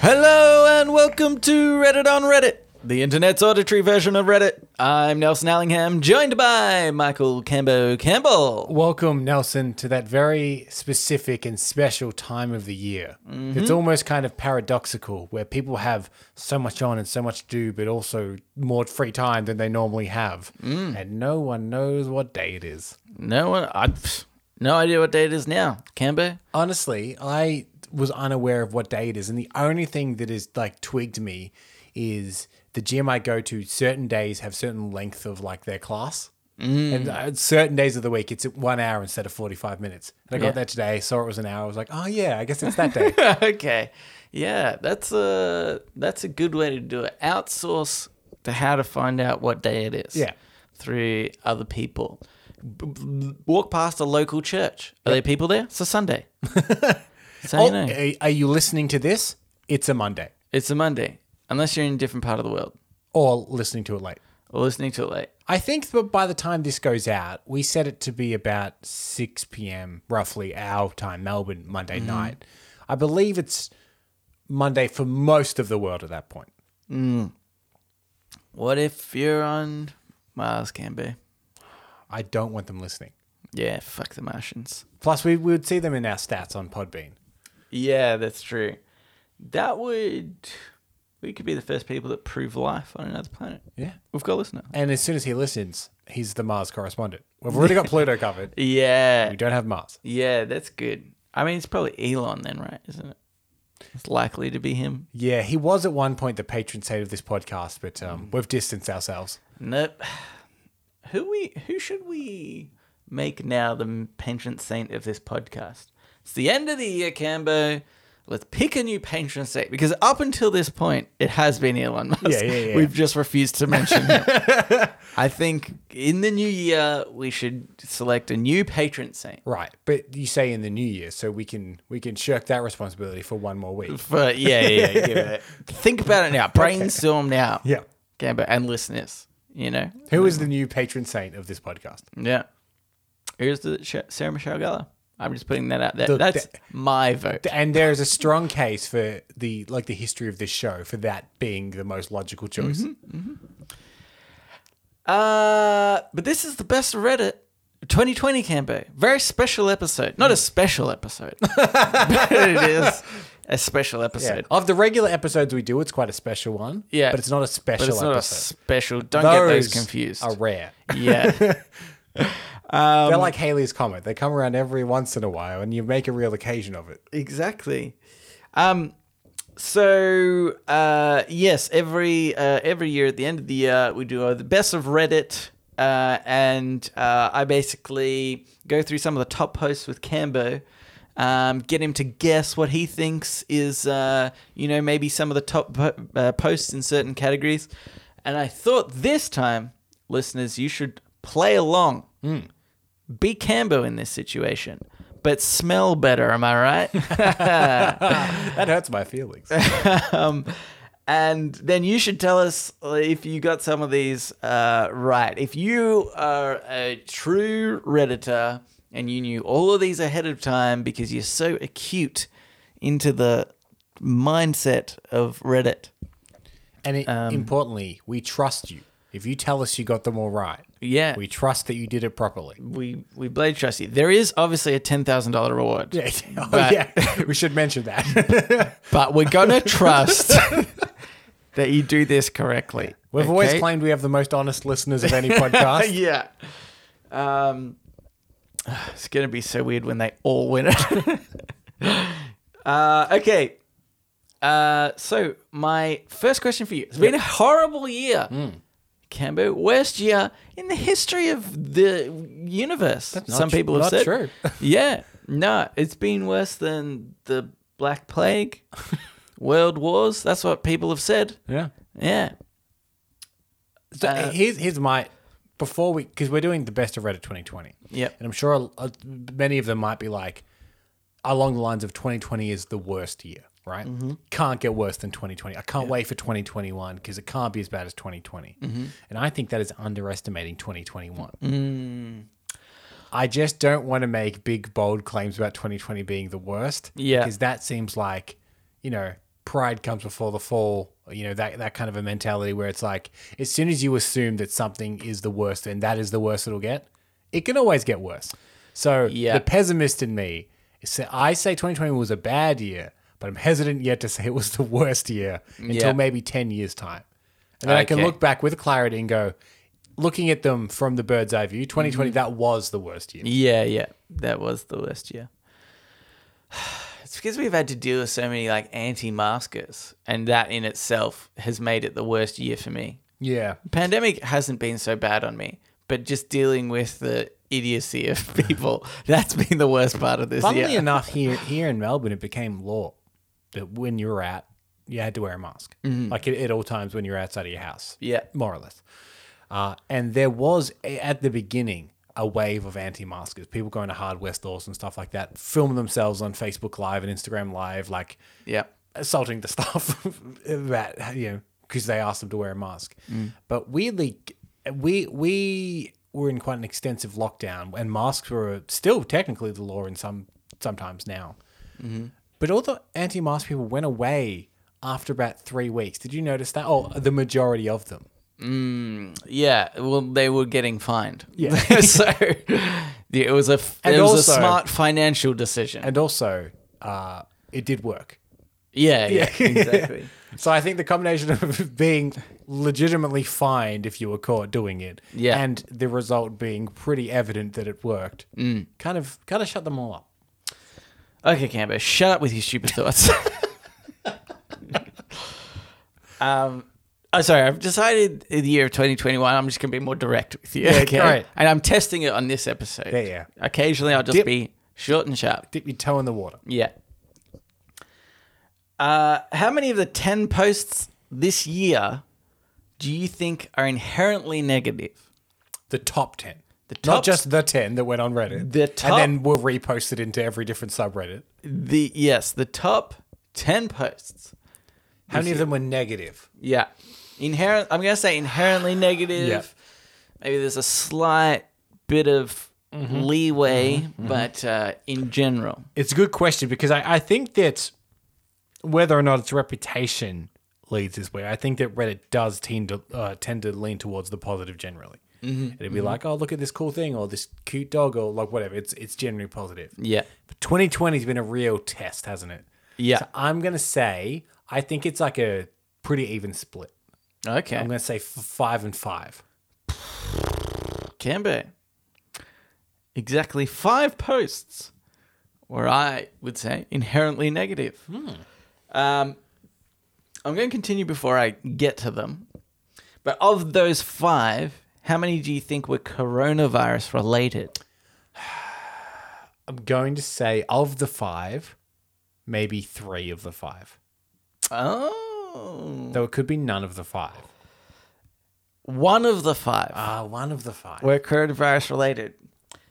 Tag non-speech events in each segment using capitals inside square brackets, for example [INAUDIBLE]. Hello and welcome to Reddit on Reddit, the internet's auditory version of Reddit. I'm Nelson Allingham, joined by Michael Cambo Campbell. Welcome, Nelson, to that very specific and special time of the year. It's almost kind of paradoxical where people have so much on and so much to do, but also more free time than they normally have. And no one knows what day it is. No one, I, pfft, no idea what day it is now. [LAUGHS] Cambo, Honestly, I was unaware of what day it is. And the only thing that is like twigged me is the gym I go to, certain days have certain length of like their class. Mm. And uh, certain days of the week, it's at one hour instead of 45 minutes. And I got Yeah. there today, saw it was an hour. I was like, oh, yeah, I guess it's [LAUGHS] that day. okay, yeah, that's a that's a good way to do it. Outsource to how to find out what day it is. Yeah. through other people. B- b- walk past a local church. Are there people there? It's a [LAUGHS] Sunday. so Oh, you know. are, are you listening to this? It's a Monday. It's a Monday, unless you're in a different part of the world Or listening to it late. or listening to it late. I think that by the time this goes out, we set it to be about 6 p.m., roughly our time, Melbourne, Monday night. I believe it's Monday for most of the world at that point. What if you're on Mars, can be? I don't want them listening. Yeah, fuck the Martians. Plus, we, we would see them in our stats on Podbean. Yeah, that's true. That would. We could be the first people that prove life on another planet. Yeah. We've got a listener. And as soon as he listens, he's the Mars correspondent. We've already got Pluto covered. Yeah. We don't have Mars. Yeah, that's good. I mean, it's probably Elon then, right? Isn't it? It's likely to be him. Yeah, he was at one point the patron saint of this podcast, but um, we've distanced ourselves. Nope. Who we who should we make now the patron saint of this podcast? It's the end of the year, Cambo. Let's pick a new patron saint because up until this point, it has been Elon Musk. Yeah, yeah, yeah. We've just refused to mention [LAUGHS] him. I think in the new year we should select a new patron saint. Right, but you say in the new year, so we can we can shirk that responsibility for one more week. For yeah, yeah, yeah, give it. Think about it now. Brainstorm now. Yeah. Cambo and listeners. You know. Who is the new patron saint of this podcast? Yeah. Here's the Sh- Sarah Michelle Gellar. I'm just putting that out there. The- That's the- my vote. And there is a strong case for the like the history of this show for that being the most logical choice. Uh, but this is the best Reddit 2020 campaign. Very special episode. Not a Mm. special [LAUGHS] episode, but it is a special Yeah. episode. Of the regular episodes we do, it's quite a special one. Yeah. but it's not a special But it's not a episode. special. Don't get those confused. Are rare. yeah. They're like Haley's comet. They come around every once in a while, and you make a real occasion [LAUGHS] of it. exactly. Um, so uh, yes, every uh, every year at the end of the year we do uh, the best of Reddit, uh, and uh, I basically go through some of the top posts with Cambo. Um, get him to guess what he thinks is, uh, you know, maybe some of the top po- uh, posts in certain categories. And I thought this time, listeners, you should play along. Be Cambo in this situation, but smell better, am I right? [LAUGHS] That hurts my feelings. um, and then you should tell us uh, if you got some of these uh, right. If you are a true Redditor and you knew all of these ahead of time because you're so acute into the mindset of Reddit. and it, Um, importantly, we trust you. If you tell us you got them all right, Yeah, we we trust that you did it properly. we, we blade trust you. There is obviously a ten thousand dollar reward, Yeah. [LAUGHS] Oh, But- yeah. We should mention [LAUGHS] that. but we're [LAUGHS] gonna trust [LAUGHS] that you do this correctly. We've always okay? claimed we have the most honest listeners [LAUGHS] of any [LAUGHS] podcast. yeah. Um, [SIGHS] it's gonna be so weird when they all win it. [LAUGHS] uh, okay. Uh, so my first question for you: It's been a horrible year, Hmm. Cambo. Worst year in the history of the universe. not Some tr- people have not said. true. [LAUGHS] yeah. No, it's been worse than the Black [LAUGHS] Plague, World Wars. That's what people have said. Yeah. Yeah. Uh, So here's here's my before we because we're doing the best of Reddit 2020. Yep. And I'm sure a- a- many of them might be like along the lines of 2020 is the worst year, right? Mm-hmm. Can't get worse than 2020. I can't wait for 2021 because it can't be as bad as 2020. Mm-hmm. And I think that is underestimating 2021. I just don't want to make big bold claims about 2020 being the worst. Yeah. Because that seems like, you know, pride comes before the fall. You know that that kind of a mentality where it's like, as soon as you assume that something is the worst and that is the worst it'll get, it can always get worse. So Yeah. the pessimist in me, sa- I say 2020 was a bad year, but I'm hesitant yet to say it was the worst year Yeah. until maybe 10 years time, and then I can Okay. look back with clarity and go, looking at them from the bird's eye view, 2020 that was the worst year. Yeah, yeah. That was the worst year. [SIGHS] It's because we've had to deal with so many like anti-maskers, and that in itself has made it the worst year for me. Yeah. Pandemic hasn't been so bad on me, but just dealing with the idiocy [LAUGHS] of people, that's been the worst part of this Funnily year. enough, here here in Melbourne, it became law that when you were out, you had to wear a mask, like at, at all times when you're outside of your house. Yeah. more or less. Uh, and there was a- at the beginning a wave of anti-maskers, people going to hardware stores and stuff like that, filming themselves on Facebook Live and Instagram Live, like Yeah. assaulting the [LAUGHS] staff about you know because they asked them to wear a mask. But weirdly, we we were in quite an extensive lockdown, and masks were still technically the law in some sometimes now. But all the anti-mask people went away after about three weeks. Did you notice that? Oh, the majority of them. Yeah. Well, they were getting fined. Yeah. [LAUGHS] so yeah, it was a f- And it was also- a smart financial decision. And also, uh, it did work. yeah, [LAUGHS] yeah, [LAUGHS] exactly. So I think the combination of being legitimately fined if you were caught doing it, Yeah. and the result being pretty evident that it worked, Mm. kind of kind of shut them all up. Okay, Camber, shut up with your stupid [LAUGHS] thoughts. um, oh, sorry. I've decided in the year of 2021, I'm just going to be more direct with you. Yeah, okay. great. And I'm testing it on this episode. Yeah, yeah. Occasionally, I'll just Dip. be short and sharp. Dip your toe in the water. Yeah. Uh, how many of the 10 posts this year do you think are inherently negative? The top ten, the top- not just the ten that went on Reddit, The top- and then were reposted into every different subreddit. The yes, the top 10 posts. How many of them were negative? Yeah. Inherent I'm gonna say inherently negative. Yeah. Mm-hmm. Maybe there's a slight bit of leeway, but uh, in general. It's a good question because I, I think that whether or not its reputation leads this way, I think that Reddit does tend to uh, tend to lean towards the positive generally. Mm-hmm. It'd be like, oh, look at this cool thing, or this cute dog, or like whatever. It's it's generally positive. Yeah. But 2020's been a real test, hasn't it? Yeah. So I'm gonna say I think it's like a pretty even split. Okay. I'm gonna say f- five and five. Can be. Exactly five posts where I would say inherently negative. Hmm. Um, I'm going to continue before I get to them. But of those five, how many do you think were coronavirus related? I'm going to say of the five, maybe three of the five. Oh. Though it could be none of the five. One of the five. Ah, one of the five. were coronavirus related.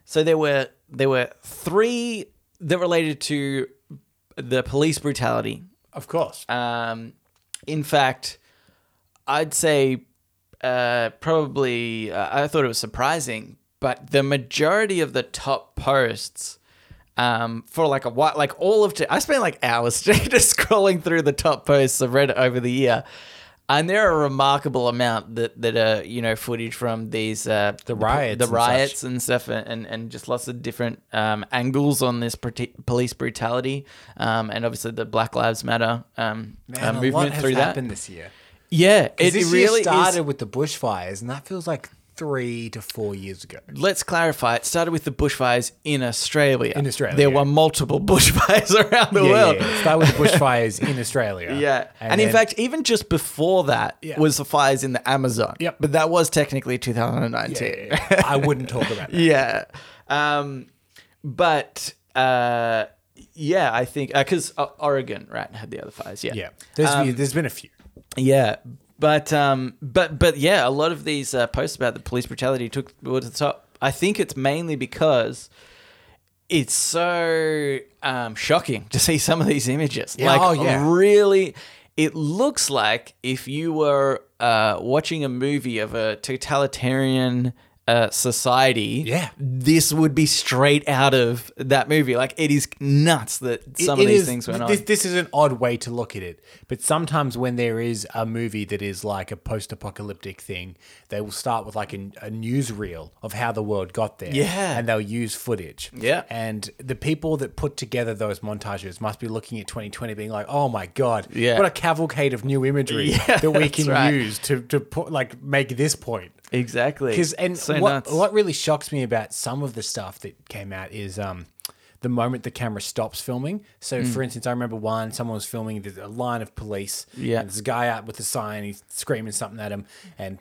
So there were there were three that related to the police brutality. Of course. Um, in fact, I'd say uh, probably uh, I thought it was surprising, but the majority of the top posts um, for like a while, like all of t- I spent like hours [LAUGHS] straight just scrolling through the top posts of Reddit over the year. And there are a remarkable amount that, that are, you know, footage from these uh, the riots the, and such. riots and stuff, and, and, and just lots of different um, angles on this prote- police brutality, um, and obviously the Black Lives Matter um, uh, movement through that. this year. Yeah, it, this it really year started is. with the bushfires, and that feels like three to four years ago. Let's clarify. It started with the bushfires in Australia. In Australia, there yeah. were multiple [LAUGHS] bushfires around the world. yeah, yeah. Start with bushfires in Australia. [LAUGHS] Yeah. And, in then- fact, even just before that Yeah. was the fires in the Amazon. Yep. But that was technically 2019. Yeah, yeah, yeah. I wouldn't talk about that. yeah. Um, but uh, yeah, I think because Oregon, right, had the other fires. [LAUGHS] Yeah. Um, Yeah, there's, there's been a few. Yeah. But um, but but yeah, a lot of these uh, posts about the police brutality took were to the top. I think it's mainly because it's so um, shocking [LAUGHS] to see some of these images. Yeah, Like, oh, yeah. really, it looks like if you were uh, watching a movie of a totalitarian uh, society, Yeah. this would be straight out of that movie. Like it is nuts that some of It these is- things went this, on. This is an odd way to look at it, but sometimes when there is a movie that is like a post-apocalyptic thing, they will start with like a, a newsreel of how the world got there, Yeah. and they'll use footage, Yeah. And the people that put together those montages must be looking at 2020, being like, "Oh my god, Yeah. what a cavalcade of new [LAUGHS] imagery Yeah, that we that's can right. use to to put, like make this point." Exactly. Because and so what, nuts. what really shocks me about some of the stuff that came out is um, the moment the camera stops filming. So, Hmm. for instance, I remember one someone was filming there's a line of police. Yeah. and there's a guy out with a sign. He's screaming something at him, and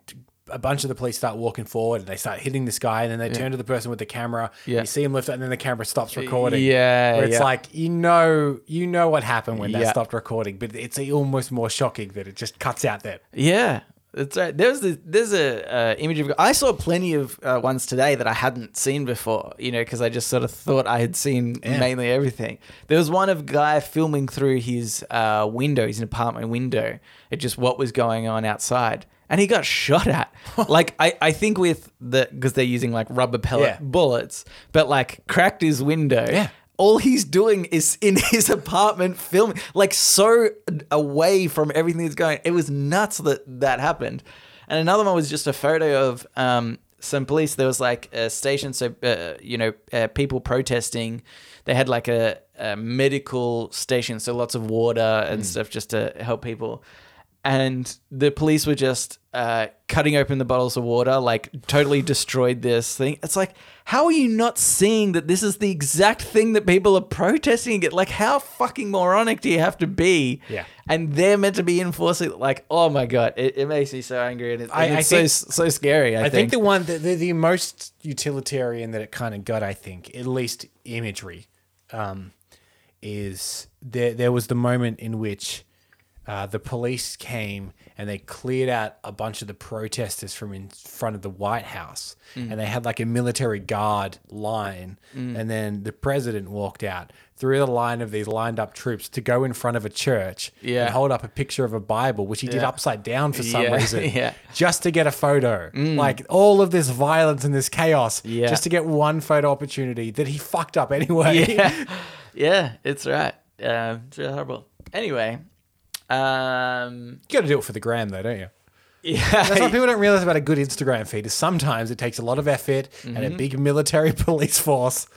a bunch of the police start walking forward and they start hitting this guy, and then they turn to the person with the camera. Yeah. you see him lift it, and then the camera stops recording. Yeah, Where it's yeah. like you know, you know what happened when they Yeah. stopped recording, but it's almost more shocking that it just cuts out that. Yeah, that's right. There's the, there's a uh, image of. I saw plenty of uh, ones today that I hadn't seen before. You know, because I just sort of thought I had seen mainly everything. There was one of guy filming through his uh, window, his apartment window, at just what was going on outside. And he got shot at. like I, I think with the because they're using like rubber pellet Yeah. bullets, but like cracked his window. Yeah. All he's doing is in [LAUGHS] his apartment filming, like so away from everything that's going. It was nuts that that happened. And another one was just a photo of um, some police. There was like a station, so uh, you know, uh, people protesting. They had like a, a medical station, so lots of water and stuff just to help people and the police were just uh, cutting open the bottles of water, like totally destroyed this thing. It's like, how are you not seeing that this is the exact thing that people are protesting against? Like, how fucking moronic do you have to be? Yeah. And they're meant to be enforcing, like, oh my God, it, it makes me so angry. And it's, I- and I it's think- so, so scary, I, I think. think the one the, the, the most utilitarian that it kind of got, I think, at least imagery, um, is there. There was the moment in which uh, the police came and they cleared out a bunch of the protesters from in front of the White House, Mm. and they had like a military guard line, and then the president walked out through the line of these lined up troops to go in front of a church Yeah. and hold up a picture of a Bible, which he did Yeah. upside down for some Yeah, [LAUGHS] reason yeah. just to get a photo. Like all of this violence and this chaos, Mm. Yeah. just to get one photo opportunity that he fucked up anyway. yeah. [LAUGHS] yeah, it's right. Um, it's really horrible. Anyway. [LAUGHS] Um, [LAUGHS] you got to do it for the gram, though, don't you? That's yeah. what people don't realize about a good Instagram feed is sometimes it takes a lot of effort and Mm-hmm. a big military [LAUGHS] police force.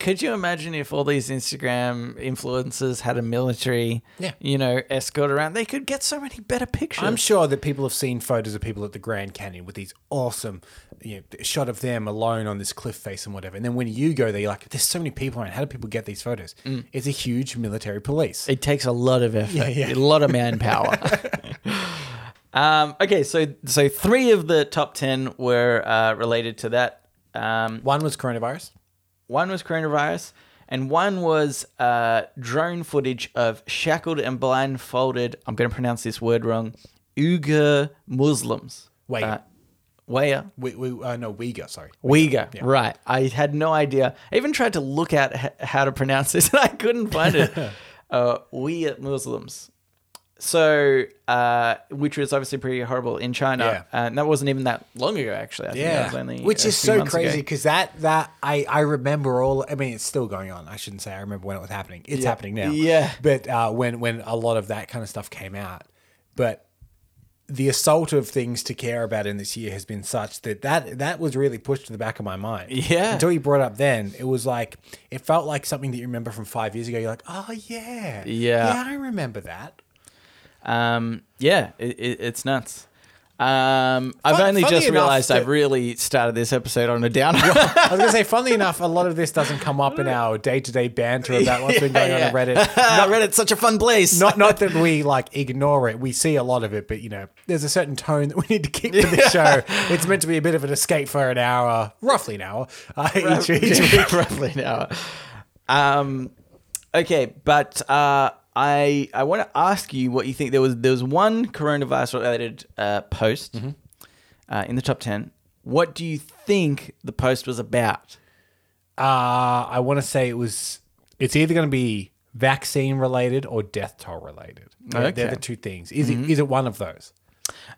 Could you imagine if all these Instagram influencers had a military, Yeah. you know, escort around? They could get so many better pictures. I'm sure that people have seen photos of people at the Grand Canyon with these awesome, you know, shot of them alone on this cliff face and whatever. And then when you go there, you're like, "There's so many people around. How do people get these photos?" Mm. It's a huge military police. it takes a lot of effort, yeah. a lot of [LAUGHS] manpower. um, okay, so so three of the top ten were uh, related to that. Um, One was coronavirus. one was coronavirus, and one was uh, drone footage of shackled and blindfolded. I'm going to pronounce this word wrong. Uyghur Muslims. Wait. Uh, Where? We, we uh, no Uyghur, sorry. Uyghur, right. I had no idea. I even tried to look at h- how to pronounce this [LAUGHS] and I couldn't find [LAUGHS] it. uh, Uyghur Muslims. So, uh, which was obviously pretty horrible in China. Uh, Yeah. And that wasn't even that long ago, actually. I think that was only which a is few so months ago. crazy because that that I I remember all. I mean, it's still going on. I shouldn't say I remember when it was happening. It's happening now. Yeah. But uh, when when a lot of that kind of stuff came out, but the assault of things to care about in this year has been such that that that was really pushed to the back of my mind. Yeah. Until you brought it up then, it was like it felt like something that you remember from five years ago. You're like, oh yeah, Yeah. yeah, I remember that. [LAUGHS] Um, yeah, it, it, it's nuts. Um, I've Fun- only funny just enough realized that- I've really started this episode on a downer. I was gonna say, funnily enough, a lot of this doesn't come up [LAUGHS] in our day-to-day banter about what's been going on on Reddit. Not Reddit's such a fun [LAUGHS] place. [LAUGHS] not not that we like ignore it. We see a lot of it, but you know, there's a certain tone that we need to keep for this show. It's meant to be a bit of an escape for an hour, roughly an hour uh, each, each week. roughly an hour. Um, okay, but uh, I I want to ask you what you think. There was there was one coronavirus related uh, post uh, in the top ten. What do you think the post was about? Uh, I want to say it was. It's either going to be vaccine related or death toll related. They're- They're Okay. Mm-hmm. the two things. Is it is it one of those?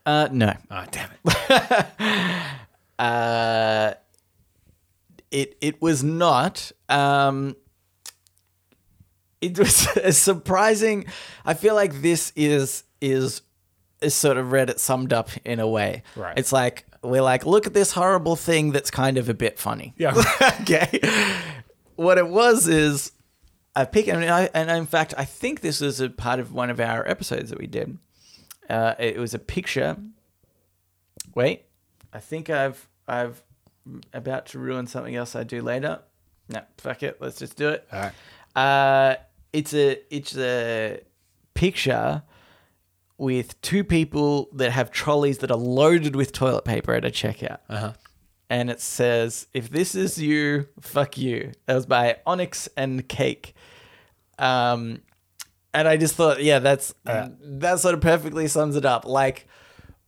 Uh, no, Ah, damn it. Uh, it it was not. Um, it was [LAUGHS] a surprising. I feel like this is is is sort of Reddit summed up in a way. Right. It's like we're like, look at this horrible thing that's kind of a bit funny. Yeah. [LAUGHS] okay. What it was is I pick and I and in fact I think this was a part of one of our episodes that we did. Uh, it was a picture. Wait, I think I've I've about to ruin something else I do later. No, fuck it. Let's just do it. All right. Uh, it's a it's a picture with two people that have trolleys that are loaded with toilet paper at a checkout. Uh-huh. And it says, "If this is you, fuck you." That was by Onyx and Cake. Um, and I just thought, yeah, that's Uh. that sort of perfectly sums it up. Like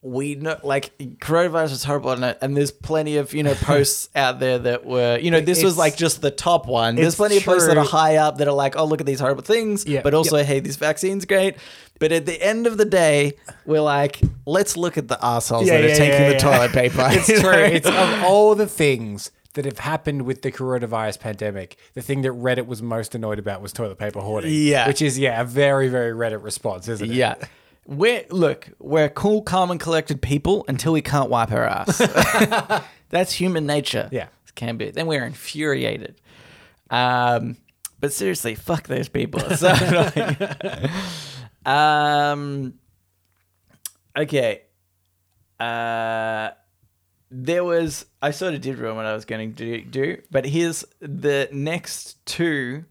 we know, like coronavirus is horrible, and, and there's plenty of [LAUGHS] you know posts out there that were, you know, this was It's- like just the top one. There's it's plenty of posts that are true. high up that are like, oh, look at these horrible things, Yeah, but also, hey, this vaccine's great. But at the end of the day, we're like, let's look at the assholes Yeah, that yeah, are taking yeah, the yeah. toilet paper. [LAUGHS] [LAUGHS] [LAUGHS] It's You true. know? It's of all the things that have happened with the coronavirus pandemic, the thing that Reddit was most annoyed about was toilet paper hoarding. Yeah. Which is, yeah, a very, very Reddit response, isn't it? yeah. We're look, we're cool, calm, and collected people until we can't wipe our ass. That's human nature. Yeah. It can be. Then we're infuriated. Um, but seriously, fuck those people. It's so annoying. um, okay. Uh, there was I sort of did ruin what I was going to do, do but here's the next two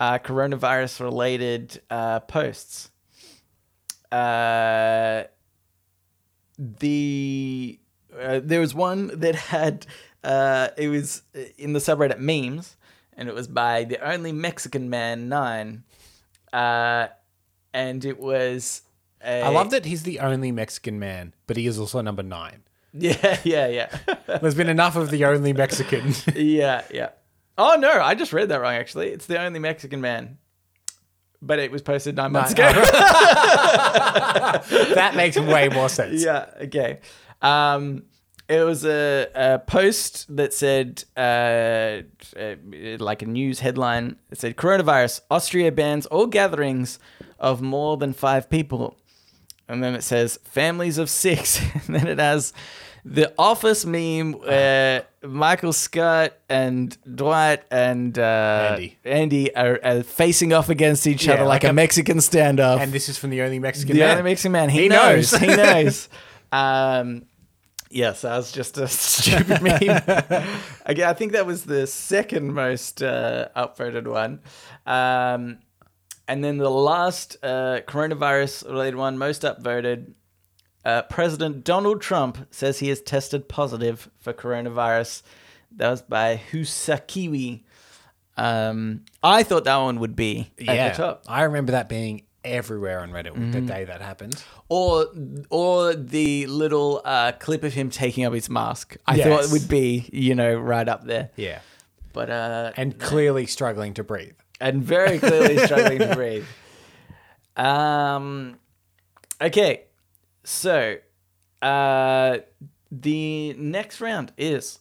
uh, coronavirus related uh, posts. Uh, the uh, there was one that had uh, it was in the subreddit memes, and it was by the only Mexican man nine, uh, and it was. A, I love that he's the only Mexican man, but he is also number nine. [LAUGHS] Yeah, yeah, yeah. [LAUGHS] There's been enough of the [LAUGHS] only Mexican. yeah, yeah. Oh no, I just read that wrong. Actually, it's the only Mexican man, but it was posted nine [LAUGHS] months ago. that makes way more sense. yeah. Okay. Um, it was a, a post that said, uh, uh, like a news headline. It said, "Coronavirus: Austria bans all gatherings of more than five people." And then it says, "Families of six. [LAUGHS] and then it has the Office meme where Michael Scott and Dwight and uh, Andy. Andy are, are facing off against each Yeah, other like, like a, a- Mexican standoff. And this is from the only Mexican The man. other Mexican man, he, He knows. knows. he [LAUGHS] knows. Um, yes, that was just a [LAUGHS] stupid meme. Again, I think that was the second most uh, upvoted one. Um, and then the last uh, coronavirus related one, most upvoted. Uh, President Donald Trump says he has tested positive for coronavirus. That was by Husakiwi. Um, I thought that one would be at the yeah. top. Mm-hmm. I remember that being everywhere on Reddit the day that happened. or or the little uh, clip of him taking up his mask. I Yes. thought it would be you know right up there, Yeah. but uh, and, And clearly struggling to breathe. very clearly struggling to breathe. Um, okay, so uh, the next round is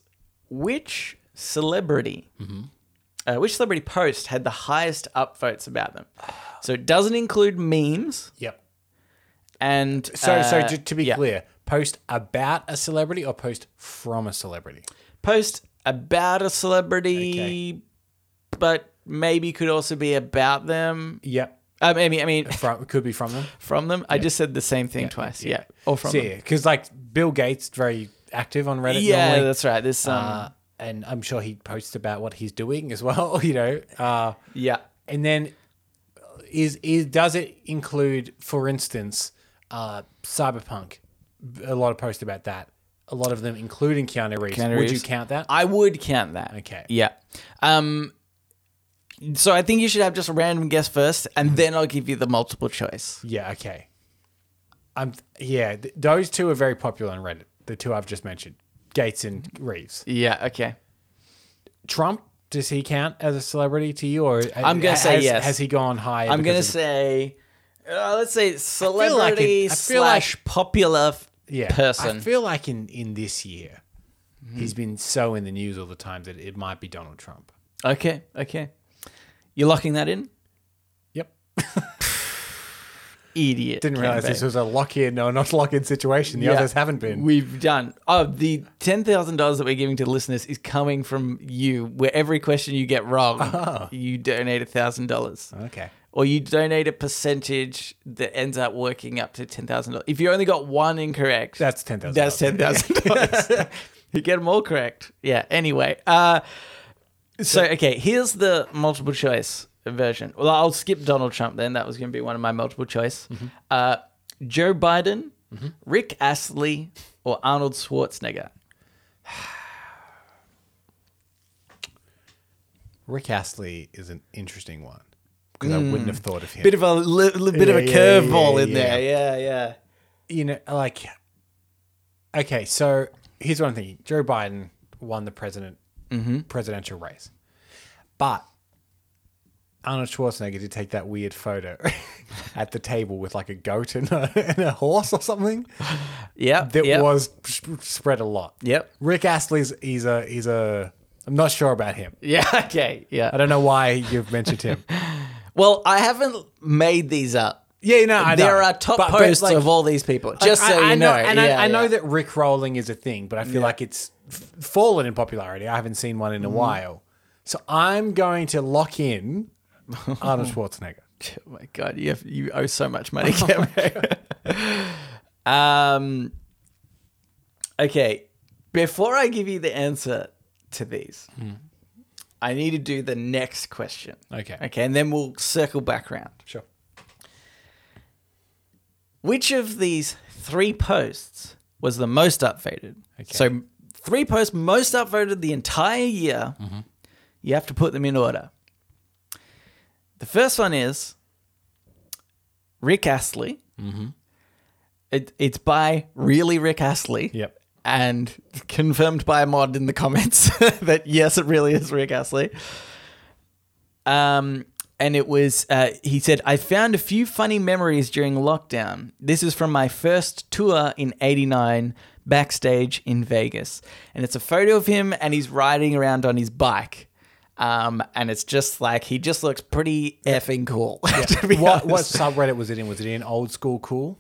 which celebrity, uh, which celebrity post had the highest upvotes about them. So it doesn't include memes Yep. and So, so uh, to, to be yeah. clear, post about a celebrity or post from a celebrity? post about a celebrity, but maybe could also be about them. Yep. I mean, I mean, I mean From, could be from them. from them. I just said the same thing twice. Yeah. or from So, them. yeah, because like Bill Gates, very active on Reddit. Yeah, normally. that's right. This um, Uh, and I'm sure he posts about what he's doing as well. [LAUGHS] You know, uh, yeah. and then is is does it include, for instance, uh, Cyberpunk? A lot of posts about that. A lot of them, including Keanu Reeves. Keanu Would you Reeves. count that? I would count that. Okay. Yeah. Um. So I think you should have just a random guess first, and Mm-hmm. then I'll give you the multiple choice. Yeah. Okay. I'm. Yeah. Th- those two are very popular on Reddit. The two I've just mentioned, Gates and Reeves. Yeah. Okay. Trump. Does he count as a celebrity to you, or I'm gonna say has- yes. Has he gone high? I'm because gonna of- say, uh, let's say celebrity like it- I feel like- slash popular f- yeah, person. I feel like in in this year, He's been so in the news all the time that it might be Donald Trump. Okay, okay. You're locking that in? Yep. Idiot. Didn't realize campaign. this was a lock in or not lock in situation. The Yeah. others haven't been. We've done. Oh, the ten thousand dollars that we're giving to the listeners is coming from you. Where every question you get wrong, Ah. you donate thousand dollars, okay. or you donate a percentage that ends up working up to ten thousand dollars. If you only got one incorrect, That's $10,000. That's ten thousand [LAUGHS] dollars. you get them all correct. Yeah. Anyway, uh, so okay, here's the multiple choice version. Well, I'll skip Donald Trump then. That was going to be one of my multiple choice. Uh, Joe Biden, Rick Astley, or Arnold Schwarzenegger. Rick Astley is an interesting one because I wouldn't have thought of him. Bit of a li- li- bit of a Yeah, yeah, curveball yeah, in there. Yeah, yeah. you know, like, okay, so here's what I'm thinking: Joe Biden won the president Mm-hmm. presidential race, but Arnold Schwarzenegger did take that weird photo [LAUGHS] at the table with like a goat and a, [LAUGHS] and a horse or something Yep. that yep. was sp- spread a lot. Yep. Rick Astley's he's a he's a I'm not sure about him. [LAUGHS] Yeah. Okay. I Yeah. don't know why you've [LAUGHS] mentioned him. Well, I haven't made these up. Yeah, no, I there know. are top But- but, posts like, of all these people. Like, Just so I, you I know, and Yeah, I, I know yeah. that Rick rolling is a thing, but I feel like it's f- fallen in popularity. I haven't seen one in Mm-hmm. a while, so I'm going to [LAUGHS] lock in Arnold Schwarzenegger. Oh my god, you have, you owe so much money, [LAUGHS] Cameron. um, okay, before I give you the answer to these, I need to do the next question. Okay. Okay, and then we'll circle back round. Sure. Which of these three posts was the most upvoted? Okay. So three posts most upvoted the entire year. Mm-hmm. You have to put them in order. The first one is Rick Astley. Mm-hmm. It, it's by really Rick Astley. Yep. And confirmed by a mod in the comments [LAUGHS] that yes, it really is Rick Astley. Um, and it was, uh, he said, I found a few funny memories during lockdown. This is from my first tour in 89, backstage in Vegas. And it's a photo of him and he's riding around on his bike. Um, and it's just like, he just looks pretty effing cool. [LAUGHS] to be What, what honest. subreddit was it in? Was it in old school cool?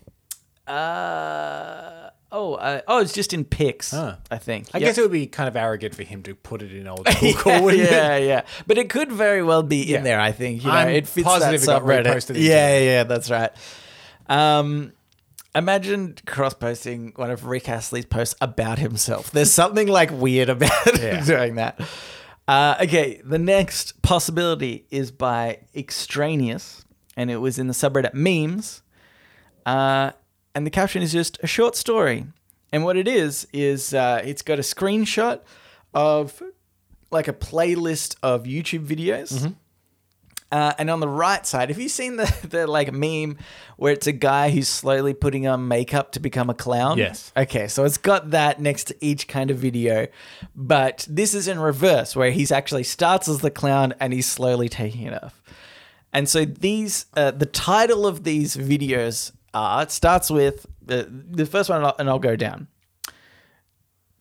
Uh, oh, uh, oh, it's just in pics, Huh. I think. I Yep. guess it would be kind of arrogant for him to put it [LAUGHS] in old school cool. yeah, wouldn't it? yeah, yeah. But it could very well be in Yeah. there. I think you know I'm it fits positive that it got subreddit. reposted into yeah, yeah, that's right. Um, imagine cross-posting one of Rick Astley's posts about himself. There's something like weird [LAUGHS] about Yeah. doing that. Uh, okay, the next possibility is by extraneous, and it was in the subreddit memes. Uh, and the caption is just a short story. And what it is, is uh, it's got a screenshot of like a playlist of YouTube videos. Mm-hmm. Uh, and on the right side, have you seen the, [LAUGHS] the like meme where it's a guy who's slowly putting on makeup to become a clown? Yes. Okay, so it's got that next to each kind of video, but this is in reverse where he's actually starts as the clown and he's slowly taking it off. And so these, uh, the title of these videos are. It starts with the the first one, and I'll, and I'll go down.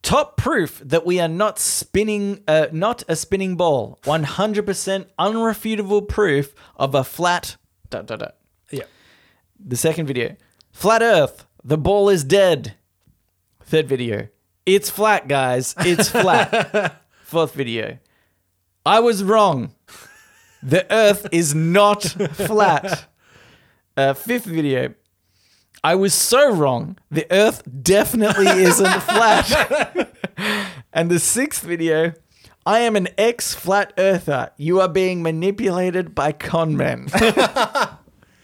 Top proof that we are not spinning, uh, not a spinning ball. One hundred percent unrefutable proof of a flat. Dot dot dot. yeah. The second video, flat Earth. The ball is dead. Third video, it's flat, guys. It's flat. Fourth video, I was wrong. The Earth is not flat. Uh, fifth video, I was so wrong. The Earth definitely isn't flat. and the sixth video, I am an ex flat earther. You are being manipulated by con men.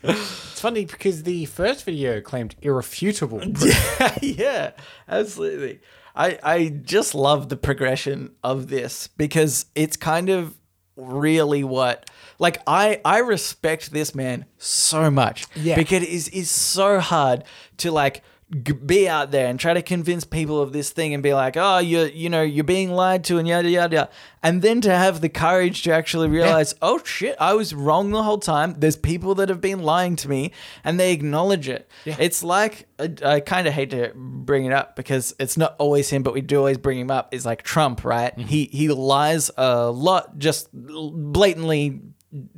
It's funny because the first video claimed irrefutable. proof. [LAUGHS] yeah, absolutely. I, I just love the progression of this because it's kind of really what like I I respect this man so much Yeah. because it is is so hard to like g- be out there and try to convince people of this thing and be like, oh, you you know, you're being lied to and yada yada, yada. and then to have the courage to actually realize, oh shit, I was wrong the whole time. There's people that have been lying to me, and they acknowledge it. It's like I, I kind of hate to bring it up because it's not always him, but we do always bring him up. Is like Trump, right? He he lies a lot, just blatantly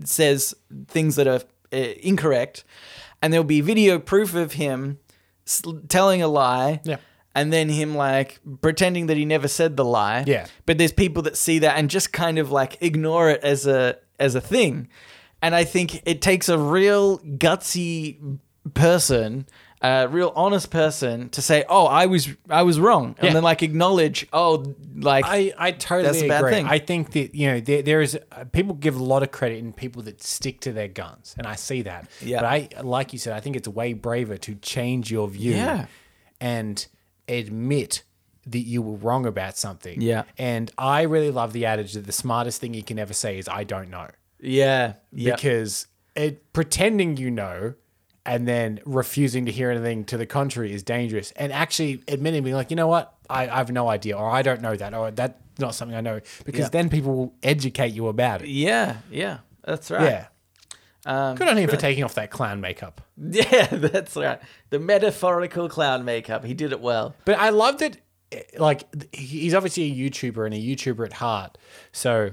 says things that are uh, incorrect, and there'll be video proof of him s- telling a lie. Yeah. And then him like pretending that he never said the lie. Yeah. But there's people that see that and just kind of like ignore it as a as a thing. And I think it takes a real gutsy person, a real honest person to say, "Oh, I was I was wrong." And Yeah. then like acknowledge, "Oh, like I, I totally That's a bad agree. thing. I think that you know there, there is uh, people give a lot of credit in people that stick to their guns, and I see that. Yeah. But I like you said, I think it's way braver to change your view Yeah. and admit that you were wrong about something. Yeah. And I really love the adage that the smartest thing you can ever say is "I don't know," yeah, yeah." because it, pretending you know. And then refusing to hear anything to the contrary is dangerous. And actually admitting, being like, you know what, I, I have no idea, or I don't know that, or that's not something I know, because Yeah. then people will educate you about it. yeah, yeah. Um, That's right. Yeah. Good on him for taking off that clown makeup. [LAUGHS] Yeah, that's right. The metaphorical clown makeup. He did it well. But I loved it. eh, Like th- he's obviously a YouTuber and a YouTuber at heart, so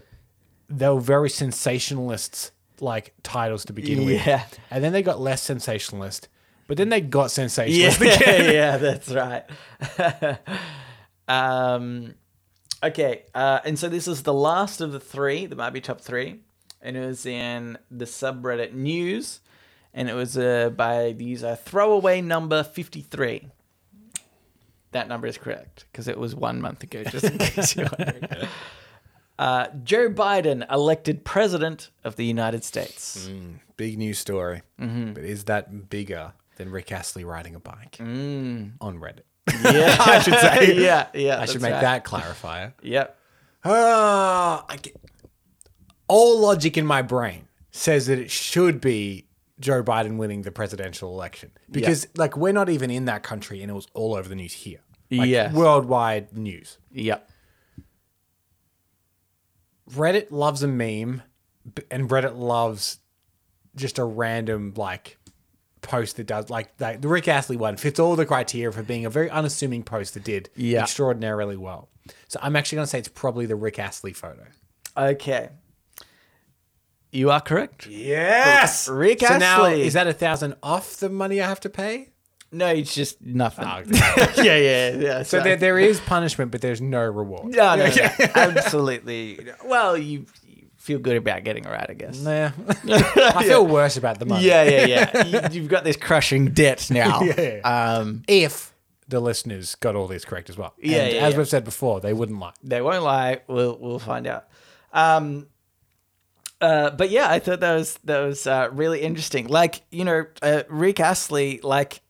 they were very sensationalist like titles to begin Yeah. with, and then they got less sensationalist. But then they got sensationalist. Yeah, [LAUGHS] yeah, that's right. um, okay, uh, and so this is the last of the three, the might be top three, and it was in the subreddit news, and it was uh, by the user throwaway number fifty three. That number is correct because it was one month ago. Just in case you're wondering. Uh, Joe Biden elected president of the United States. [LAUGHS] Big news story. Mm-hmm. But is that bigger than Rick Astley riding a bike on Reddit? Yeah, I should say. [LAUGHS] yeah, yeah. I Mm. that's should make right. that clarifier. Yep. Ah, I get- all logic in my brain says that it should be Joe Biden winning the presidential election because, like, we're not even in that country, and it was all over the news here. Like, Yes. worldwide news. Yep. Reddit loves a meme, b- and Reddit loves just a random like post that does like that. The Rick Astley one fits all the criteria for being a very unassuming post that did Yeah. extraordinarily well. So I'm actually going to say it's probably the Rick Astley photo. Okay. You are correct. Yes, Rick so Now, Astley. is that a thousand off the money I have to pay? No, it's just nothing. so [LAUGHS] yeah, yeah, yeah. Ah, So there, there is punishment, but there's no reward. no, no, no. [LAUGHS] absolutely. Well, you, you feel good about getting it right, I guess. [LAUGHS] Nah. [LAUGHS] I feel worse about the money. Yeah, yeah, yeah. you, you've got this crushing debt [LAUGHS] now. [LAUGHS] Yeah. Um, If the listeners got all these correct as well. Yeah, And yeah, as yeah. we've said before, they wouldn't lie. they won't lie. We'll we'll find out. Um, uh, but yeah, I thought that was that was uh, really interesting. Like you know, uh, Rick Astley, like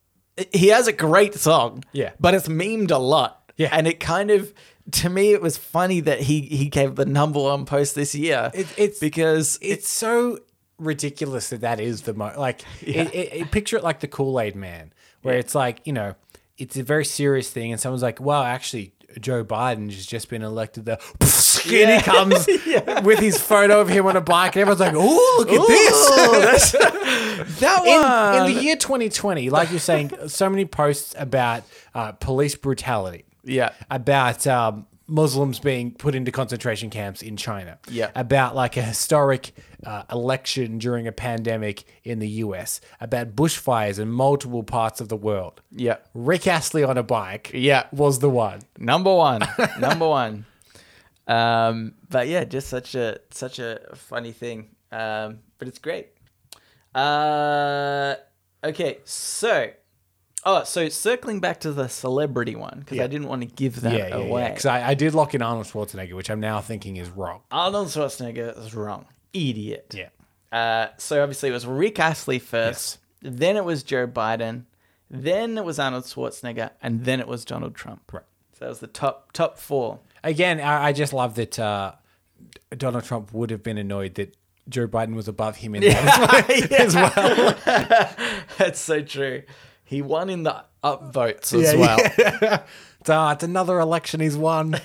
he has a great song, Yeah. but it's memed a lot, Yeah. and it kind of to me it was funny that he he gave the number one post this year. It- it's- because It's so ridiculous that that is the most. Like, it, it, it- picture it like the Kool Aid Man, where it's like, you know, it's a very serious thing, and someone's like, wow, actually, Joe Biden has just been elected the. [LAUGHS] [LAUGHS] And Yeah. he comes with his photo of him on a bike, and everyone's like, oh, look at this. this [LAUGHS] that in, one. in the year 2020, like you're saying, so many posts about uh, police brutality. Yeah. About um, Muslims being put into concentration camps in China. Yeah. About like a historic uh, election during a pandemic in the US. About bushfires in multiple parts of the world. yeah, Rick Astley on a bike yeah. was the one. Number one. Number [LAUGHS] one. Um, but yeah, just such a such a funny thing. Um, but it's great. Uh, okay, so oh, so circling back to the celebrity one because I didn't want to give that Yeah, yeah, away. yeah. Because I, I did lock in Arnold Schwarzenegger, which I'm now thinking is wrong. Arnold Schwarzenegger is wrong. Idiot. Yeah. Uh, so obviously it was Rick Astley first, then it was Joe Biden, then it was Arnold Schwarzenegger, and then it was Donald Trump. Right. So that was the top top four. Again, I, I just love that uh, Donald Trump would have been annoyed that [LAUGHS] [LAUGHS] Joe Biden was above him in that as well. That's so true. He won in the upvotes as [LAUGHS] Yeah, well. Ah, it's another election he's [LAUGHS] won.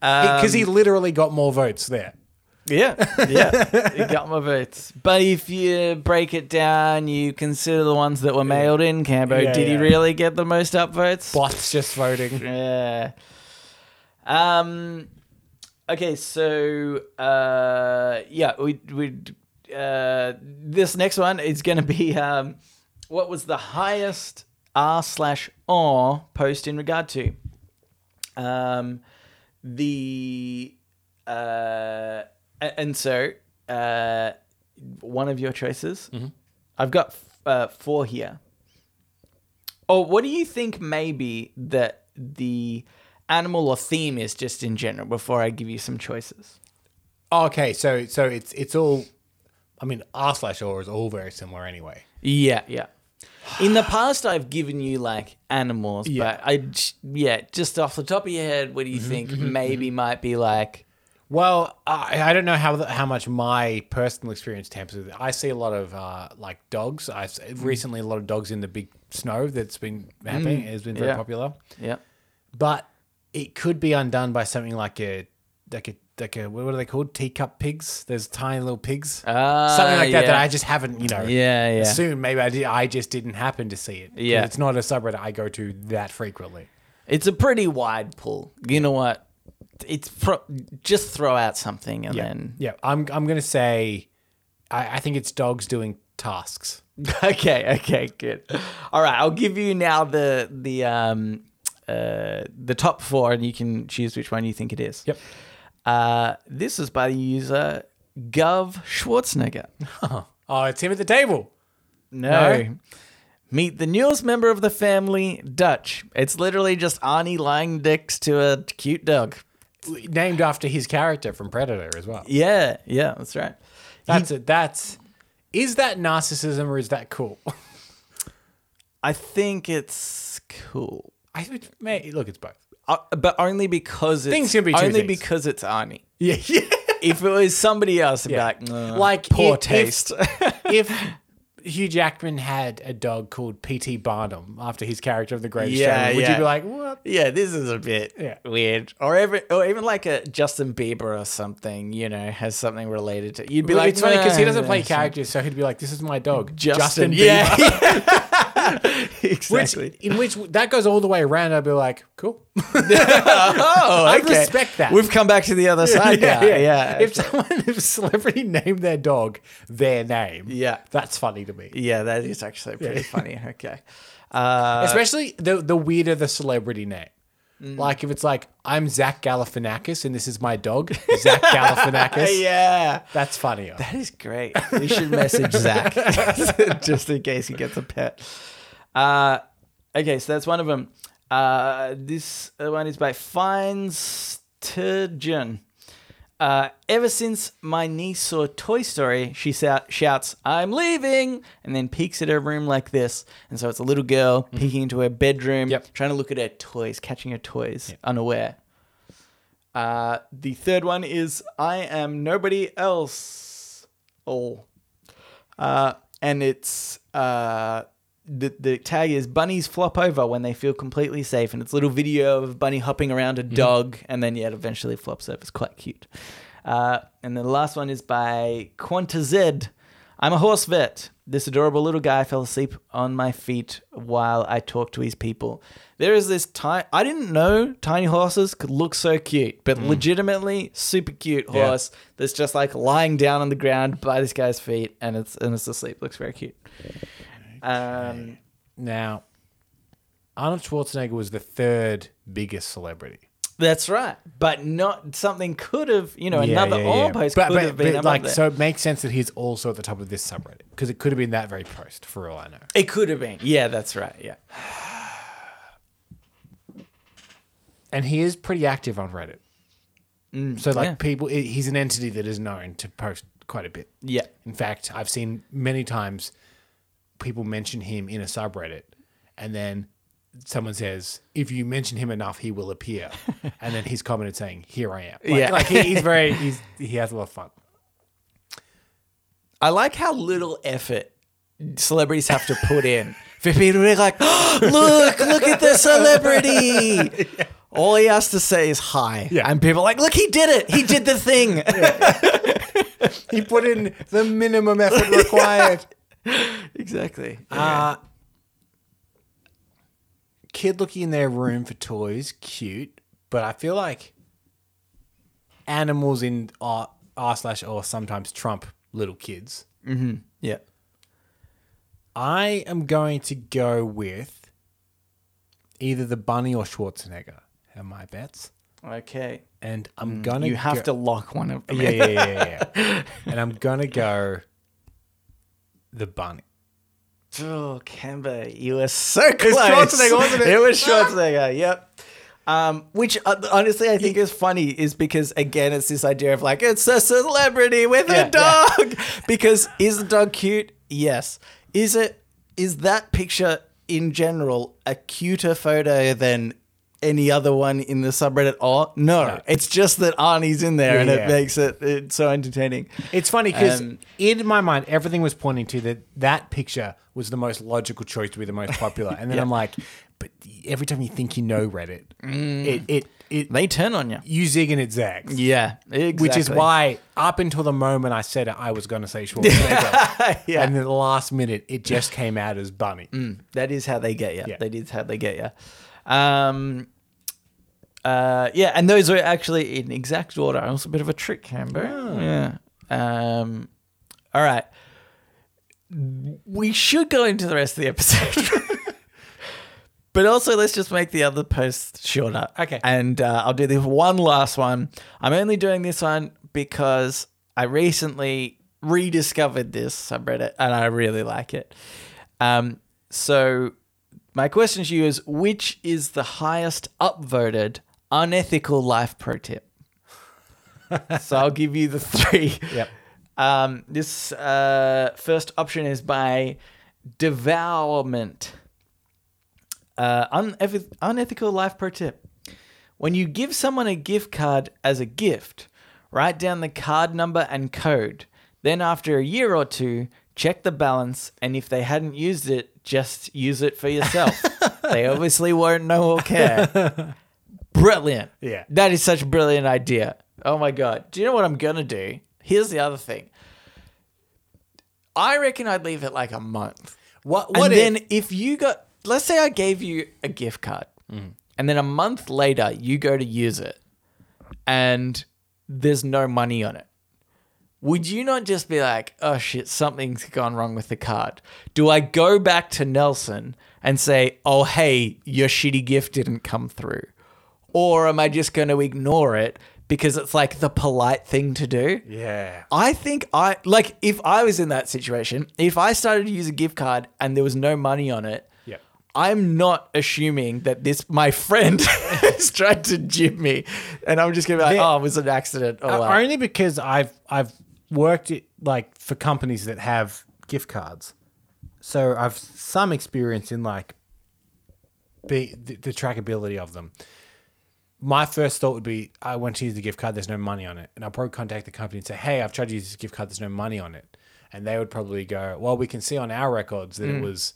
Because he literally got more votes there. Yeah, yeah, you got my votes. But if you break it down, you consider the ones that were mailed in. Cambo, Yeah, did he yeah. really get the most upvotes? Bots just voting. [LAUGHS] Yeah. Um. Okay, so uh, yeah, we we uh, this next one is going to be um, what was the highest r slash r post in regard to? Um, the uh, a- and so uh, one of your choices. I've got uh, four here. Or Oh, what do you think maybe that the animal or theme is just in general before I give you some choices? [LAUGHS] Okay, so so it's it's all. I mean, R slash R is all very similar anyway. Yeah, yeah. In the past, I've given you like animals, Yeah. but I, j- yeah, just off the top of your head, what do you think maybe might be like? Well, I, I don't know how the, how much my personal experience tampers with it. I see a lot of uh, like dogs. I Mm. recently a lot of dogs in the big snow that's been happening. has been very Mm. yeah. popular, Yeah. but it could be undone by something like a like a like a what are they called? Teacup pigs. There's tiny little pigs. Ah, something like that that yeah. I just haven't. You know. Yeah, yeah. Assume maybe I did. I just didn't happen to see it. 'Cause Yeah. It's not a subreddit I go to that frequently. It's a pretty wide pull. You know what? It's pro- just throw out something and then. Yeah. I'm I'm gonna say, I, I think it's dogs doing tasks. [LAUGHS] Okay, okay, good. All right, I'll give you now the the um uh the top four, and you can choose which one you think it is. Yep. Uh, this is by the user Gov Schwarzenegger. Oh, it's him at the table. No. No? Meet the newest member of the family, Dutch. It's literally just Arnie lying next to a cute dog. Named after his character from Predator as well. Yeah, yeah, that's right. That's it. That's is that narcissism or is that cool? [LAUGHS] I think it's cool. I would, may, look, it's both. Uh, but only because it's Things can be two only things. because it's Arnie. [LAUGHS] Yeah, yeah. If it was somebody else, I'd Yeah. be like, "Mm, "Ugh, Like, poor if- if- taste. [LAUGHS] if Hugh Jackman had a dog called P.T. Barnum after his character of the Great Yeah, Showman, would yeah. you be like, what? yeah, this is a bit Yeah. weird. Or even, or even like a Justin Bieber or something, you know, has something related to. You'd be Well, like, it's funny because he doesn't "Nah, play it's not." characters, so he'd be like, "This is my dog, Justin, Justin, Bieber." [LAUGHS] yeah, Which, exactly. in which that goes all the way around. I'd be like, "Cool." oh, I'd respect that. We've come back to the [LAUGHS] other side now. [LAUGHS] Yeah, yeah, If someone, if a celebrity named their dog their name, Yeah. that's funny to me. Yeah, that is actually pretty [LAUGHS] funny. Okay. Uh, Especially the the weirder the celebrity name. Mm. Like if it's like I'm Zach Galifianakis and this is my dog [LAUGHS] [LAUGHS] Zach Galifianakis. yeah, That's funnier. that is great. [LAUGHS] We should message [LAUGHS] Zach just in case he gets a pet. Uh, okay, so that's one of them. Uh, this one is by Fine Sturgeon. Uh, ever since my niece saw Toy Story, she sou- shouts, I'm leaving, and then peeks at her room like this. And so it's a little girl peeking into her bedroom, Yep. trying to look at her toys, catching her toys, unaware. Uh, the third one is, I am nobody else. All. Uh, and it's uh, the the tag is bunnies flop over when they feel completely safe, and it's a little video of a bunny hopping around a dog, and then yeah, it eventually flops over. It's quite cute. Uh, and then the last one is by Quanta Z. I'm a horse vet. This adorable little guy fell asleep on my feet while I talked to his people. There is this tiny. I didn't know tiny horses could look so cute, but legitimately super cute Yeah. horse that's just like lying down on the ground by this guy's feet, and it's and it's asleep. Looks very cute. Um, Now, Arnold Schwarzenegger was the third biggest celebrity. that's right, but not something could have you know Yeah, another yeah, all yeah. post But- could but- have been but, up like there. so. It makes sense that he's also at the top of this subreddit because it could have been that very post for all I know. It could have been. Yeah, that's right. Yeah. And he is pretty active on Reddit. so like yeah. people, he- he's an entity that is known to post quite a bit. Yeah. In fact, I've seen many times people mention him in a subreddit, and then someone says, "If you mention him enough, he will [LAUGHS] appear." and then he's commented saying, "Here I am." Like, Yeah. like he, he's very he's, he has a lot of fun. I like how little effort celebrities have to put [LAUGHS] in for people to be like, "Oh, look, look at the celebrity. [LAUGHS] All he has to say is hi. Yeah. And people are like, look, he did it. He did the thing. He put in the minimum effort [LAUGHS] required. [LAUGHS] exactly. Uh, kid looking in their room for toys, cute, but I feel like animals in R R slash or sometimes trump little kids. yeah. I am going to go with either the bunny or Schwarzenegger. Are my bets, Okay. and I'm gonna Mm, You have go- to lock one of them. yeah, yeah, yeah, [LAUGHS] yeah. and I'm gonna go the bunny. Oh, Kemba, you were so close. Schwarzenegger, wasn't [LAUGHS] it? It Ah! was Schwarzenegger. yep. Um, which uh, honestly I think is funny is because again it's this idea of like it's a celebrity with Yeah, a dog. [LAUGHS] because is the dog cute? Yes. Is it? Is that picture in general a cuter photo than? Any other one in the subreddit? Or no, it's just that Arnie's in there, Yeah, and yeah. it makes it it's so entertaining. It's funny because Um, in my mind, everything was pointing to that that picture was the most logical choice to be the most popular, and then I'm like, but every time you think you know Reddit, it it it They turn on you. you zig and it zags. Mm. Yeah, exactly. Which is why, up until the moment I said it, I was going to say Schwarzenegger. [LAUGHS] Yeah. Mm. And then the last minute, it just came out as Bunny. That is how they get you. Yeah. That is how they get you. Um, uh, yeah, and those are actually in exact order. Also, a bit of a trick, Camber. Ah. Yeah. Um, all right. We should go into the rest of the episode. [LAUGHS] But also, let's just make the other post shorter. Okay. And uh, I'll do this one last one. I'm only doing this one because I recently rediscovered this subreddit and I really like it. Um, so, my question to you is which is the highest upvoted unethical life pro [LAUGHS] tip? so, I'll give you the three. Yep. Um, this uh, first option is by devourment. Uh, uneth- unethical life pro tip. When you give someone a gift card as a gift, write down the card number and code. Then, after a year or two, check the balance, and if they hadn't used it, just use it for yourself. they obviously won't know or care. Brilliant. Yeah. That is such a brilliant idea. Oh my God. Do you know what I'm going to do? Here's the other thing I reckon I'd leave it like a month What? and What? if- then if you got, let's say I gave you a gift card, Mm. and then a month later you go to use it, and there's no money on it. Would you not just be like, oh shit, something's gone wrong with the card? Do I go back to Nelson and say, oh, hey, your shitty gift didn't come through? Or am I just going to ignore it because it's like the polite thing to do? yeah. I think I like if I was in that situation, if I started to use a gift card and there was no money on it, Yep. I'm not assuming that this my friend [LAUGHS] has tried to jib me, and I'm just gonna be like, There- oh, it was an accident. Oh, wow. Uh, Only because I've I've worked it like for companies that have gift cards, so I've some experience in like be, the, the trackability of them. My first thought would be I want to use the gift card. There's no money on it, and I'll probably contact the company and say, "Hey, I've tried to use this gift card. There's no money on it," and they would probably go, "Well, we can see on our records that it was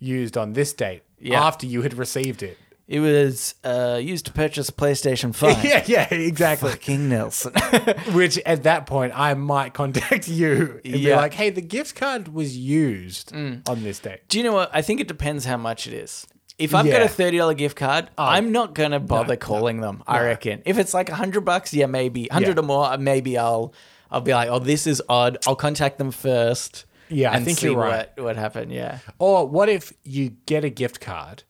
used on this date Yeah. after you had received it." it was uh, used to purchase a PlayStation Five. [LAUGHS] [LAUGHS] Yeah, yeah, exactly. Fucking Nelson. [LAUGHS] [LAUGHS] Which at that point I might contact you and be Yeah. Mm. like, "Hey, the gift card was used on this day." Do you know what? I think it depends how much it is. If I've got Yeah. Oh. a thirty dollar gift card, I'm not gonna bother calling them. I reckon if it's like hundred bucks, yeah, maybe hundred Yeah. or more, uh, maybe I'll I'll be like, oh, this is odd. I'll contact them first. Yeah, I and think see you're right. What, what happened? Yeah, Or what if you get a gift card?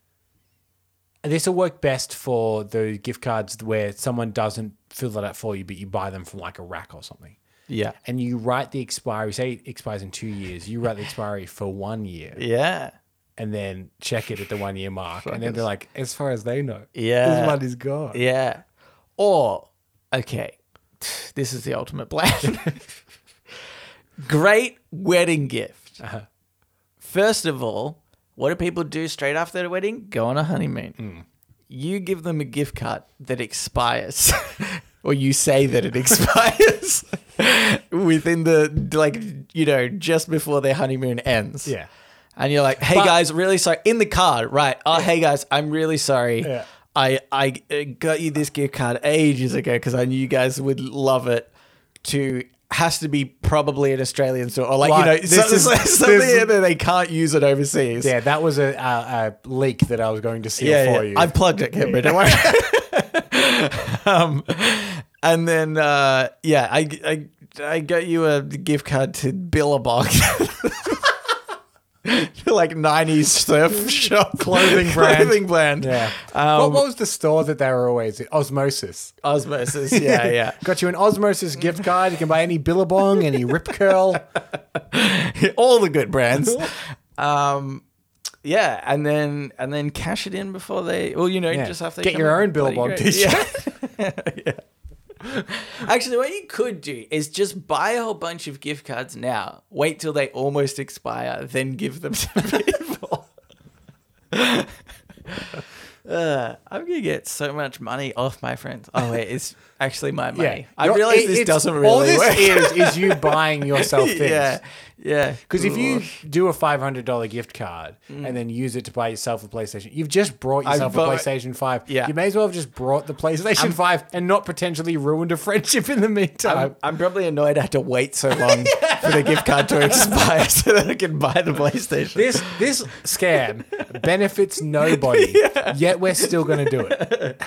This will work best for the gift cards where someone doesn't fill it out for you, but you buy them from like a rack or something. yeah, And you write the expiry, say it expires in two years, you write the expiry for one year yeah, and then check it at the one year mark. And then they're like, as far as they know, Yeah. this one is gone. yeah. Or okay, [SIGHS] this is the ultimate plan. [LAUGHS] Great wedding gift. First of all, what do people do straight after their wedding? Go on a honeymoon. You give [LAUGHS] them a gift card that [LAUGHS] expires, [LAUGHS] or you say that it expires. within the like you know just before their honeymoon ends. Yeah. And you're like, "Hey But- guys, really sorry." In the card, right? Oh, hey guys, I'm really sorry. Yeah. I I uh, got you this gift card ages ago because I knew you guys would love it. To has to be probably an Australian store or like you Right. know This this is- [LAUGHS] something, this- something that they can't use it overseas. Yeah, that was a, a, a leak that I was going to seal yeah, for yeah. you. I've plugged it, Kimber. Don't worry. um, and then, uh, yeah, I, I, I got you a gift card to Billabong. [LAUGHS] like 90s [LAUGHS] surf shop Clothing brand. Clothing brand. [LAUGHS] yeah. Um, what, what was the store that they were always in? Osmosis. Osmosis. Yeah, yeah. [LAUGHS] Got you an Osmosis gift card. You can buy any Billabong, any Rip [LAUGHS] Curl. all the good brands. [LAUGHS] Um, yeah, and then and then cash it in before they. Well, you know, Yeah. just after they Get come your in, own bloody Billabong great. t-shirt. Yeah. [LAUGHS] Yeah. [LAUGHS] Actually, what you could do is just buy a whole bunch of gift cards now. Wait till they almost expire, then give them to [LAUGHS] people. Uh, I'm gonna get so much money off my friends. Oh wait, it's actually my money. I You're- realize it- this it's- doesn't All really this work. is is you buying [LAUGHS] yourself things. yeah, yeah. Because if you do a five hundred dollar gift card and then use it to buy yourself a PlayStation, you've just brought yourself a Mm. bought- PlayStation Five. Yeah. you may as well have just brought the PlayStation Five and not potentially ruined a friendship in the meantime. I'm, I'm probably annoyed I had to wait so [LAUGHS] long for the gift card [LAUGHS] to expire so that I can buy the PlayStation. this this scam benefits nobody, [LAUGHS] yet we're still going to do it.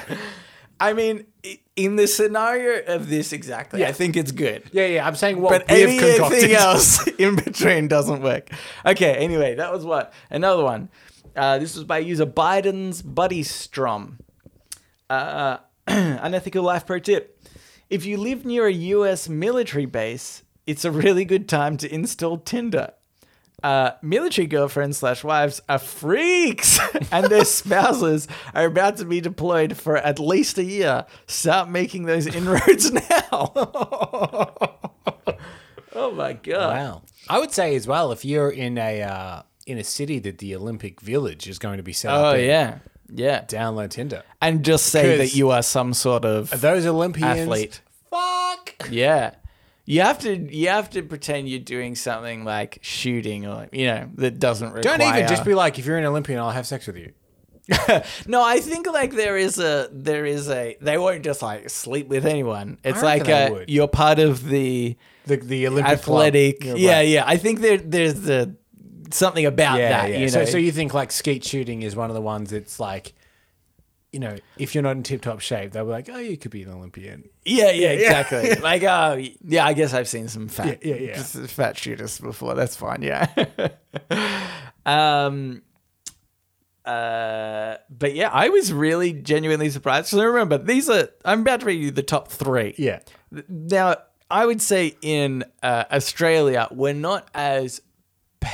I mean, i- in the scenario of this exactly, I think it's good. Yeah, yeah. I'm saying what But we've concocted. anything else [LAUGHS] in between doesn't work. Okay, anyway, that was what. Another one. Uh, this was by user Biden's Buddy Strom. Uh, [CLEARS THROAT] unethical life pro tip. If you live near a US military base, it's a really good time to install Tinder. Uh, military girlfriends slash wives are freaks, [LAUGHS] and their spouses are about to be deployed for at least a year. Start making those inroads [LAUGHS] now. oh my god! Wow. I would say as well if you're in a uh, in a city that the Olympic Village is going to be set Oh up. in, yeah, yeah. Download Tinder. And just say 'Cause- that you are some sort of Those Olympians. athlete. Fuck. Yeah. You have to you have to pretend you're doing something like shooting or you know that doesn't require. Don't even just be like, if you're an Olympian, I'll have sex with you. [LAUGHS] No, I think like there is a there is a they won't just like sleep with anyone. It's reckon like they a, would. you're part of the The the Olympic athletic. Club. Yeah, right. yeah. I think there there's the something about yeah, that. yeah. You know. so, so you think like skeet shooting is one of the ones that's like, you know, if you're not in tip top shape, they'll be like, oh, you could be an Olympian. Yeah, yeah, [LAUGHS] exactly. like, oh, yeah, I guess I've seen some fat, Yeah, yeah, yeah. just fat shooters before. That's fine. Yeah. [LAUGHS] um. Uh, but yeah, I was really genuinely surprised. So remember, these are I'm about to read you the top three. Yeah. Th- Now, I would say in uh, Australia, we're not as